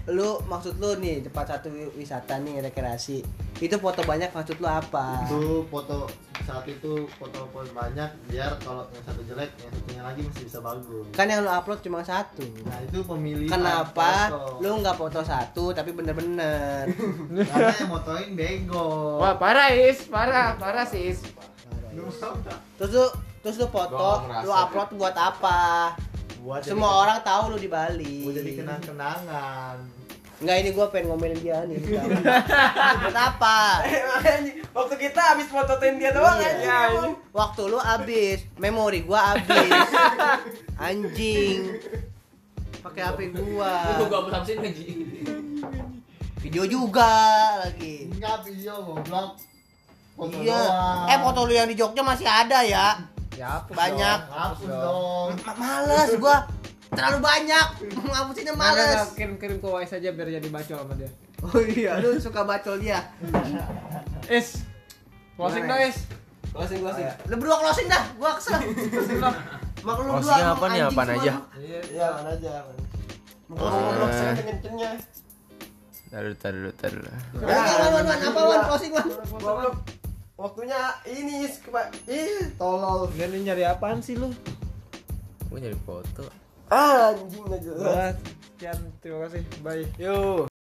S2: lu maksud lu nih tempat satu wisata nih rekreasi. Itu foto banyak maksud lu apa?
S4: Itu foto saat itu foto foto banyak biar kalau yang satu jelek yang satunya lagi masih bisa bagus.
S2: Kan yang lu upload cuma satu.
S4: Nah itu
S3: Iya,
S4: pemilihan.
S2: Kenapa
S4: foto.
S2: lu nggak foto satu tapi bener-bener?
S4: Karena yang motoin bego.
S1: Wah, parah Is, parah, parah sih Is.
S2: terus lu terus lu
S3: Gua
S2: foto,
S3: ngerasa.
S2: lu upload buat apa?
S4: Buat
S2: Semua orang tahu lu di Bali.
S4: Gue jadi kenang-kenangan.
S2: Enggak ini gua pengen ngomelin dia nih. sekarang. buat apa?
S3: waktu kita habis fotoin dia Ya,
S2: Iya. Waktu lu habis, memori gua habis. Anjing. Pakai HP gua.
S3: itu gue hapus hapusin lagi
S2: Video juga lagi.
S4: Enggak video goblok. Foto
S2: iya.
S4: doang.
S2: Eh foto lu yang di Jogja masih ada ya?
S1: Ya, apa?
S2: Banyak.
S4: Hapus dong.
S2: Ma- males gua. Terlalu banyak. Ngapusinnya
S4: Nah,
S1: Nah,
S2: males.
S1: Kirim kirim ke Wise aja biar jadi bacol sama dia.
S2: Oh iya, lu suka bacol dia.
S1: Is. Closing
S2: Gimana,
S1: dong, Nah, Is.
S3: closing closing
S5: Iya,
S2: Lu berdua closing dah. Gua kesel. Mak lu berdua.
S3: Closingnya apa nih,
S2: anjing
S3: apaan
S2: semua
S3: aja?
S2: lu.
S4: Iya, mana aja.
S2: Goblok,
S3: Eh.
S2: seneng kencengnya.
S3: taruh taruh taruh
S2: Udah, Wan, Wan, Wan, apa Wan closing Wan?
S5: Goblok. Waktunya ini is kema- ih
S4: Tolol.
S1: Dia nih nyari apaan sih lu?
S3: gue nyari foto
S5: anjing aja.
S1: Nah, Sekian, terima kasih. Bye.
S3: yo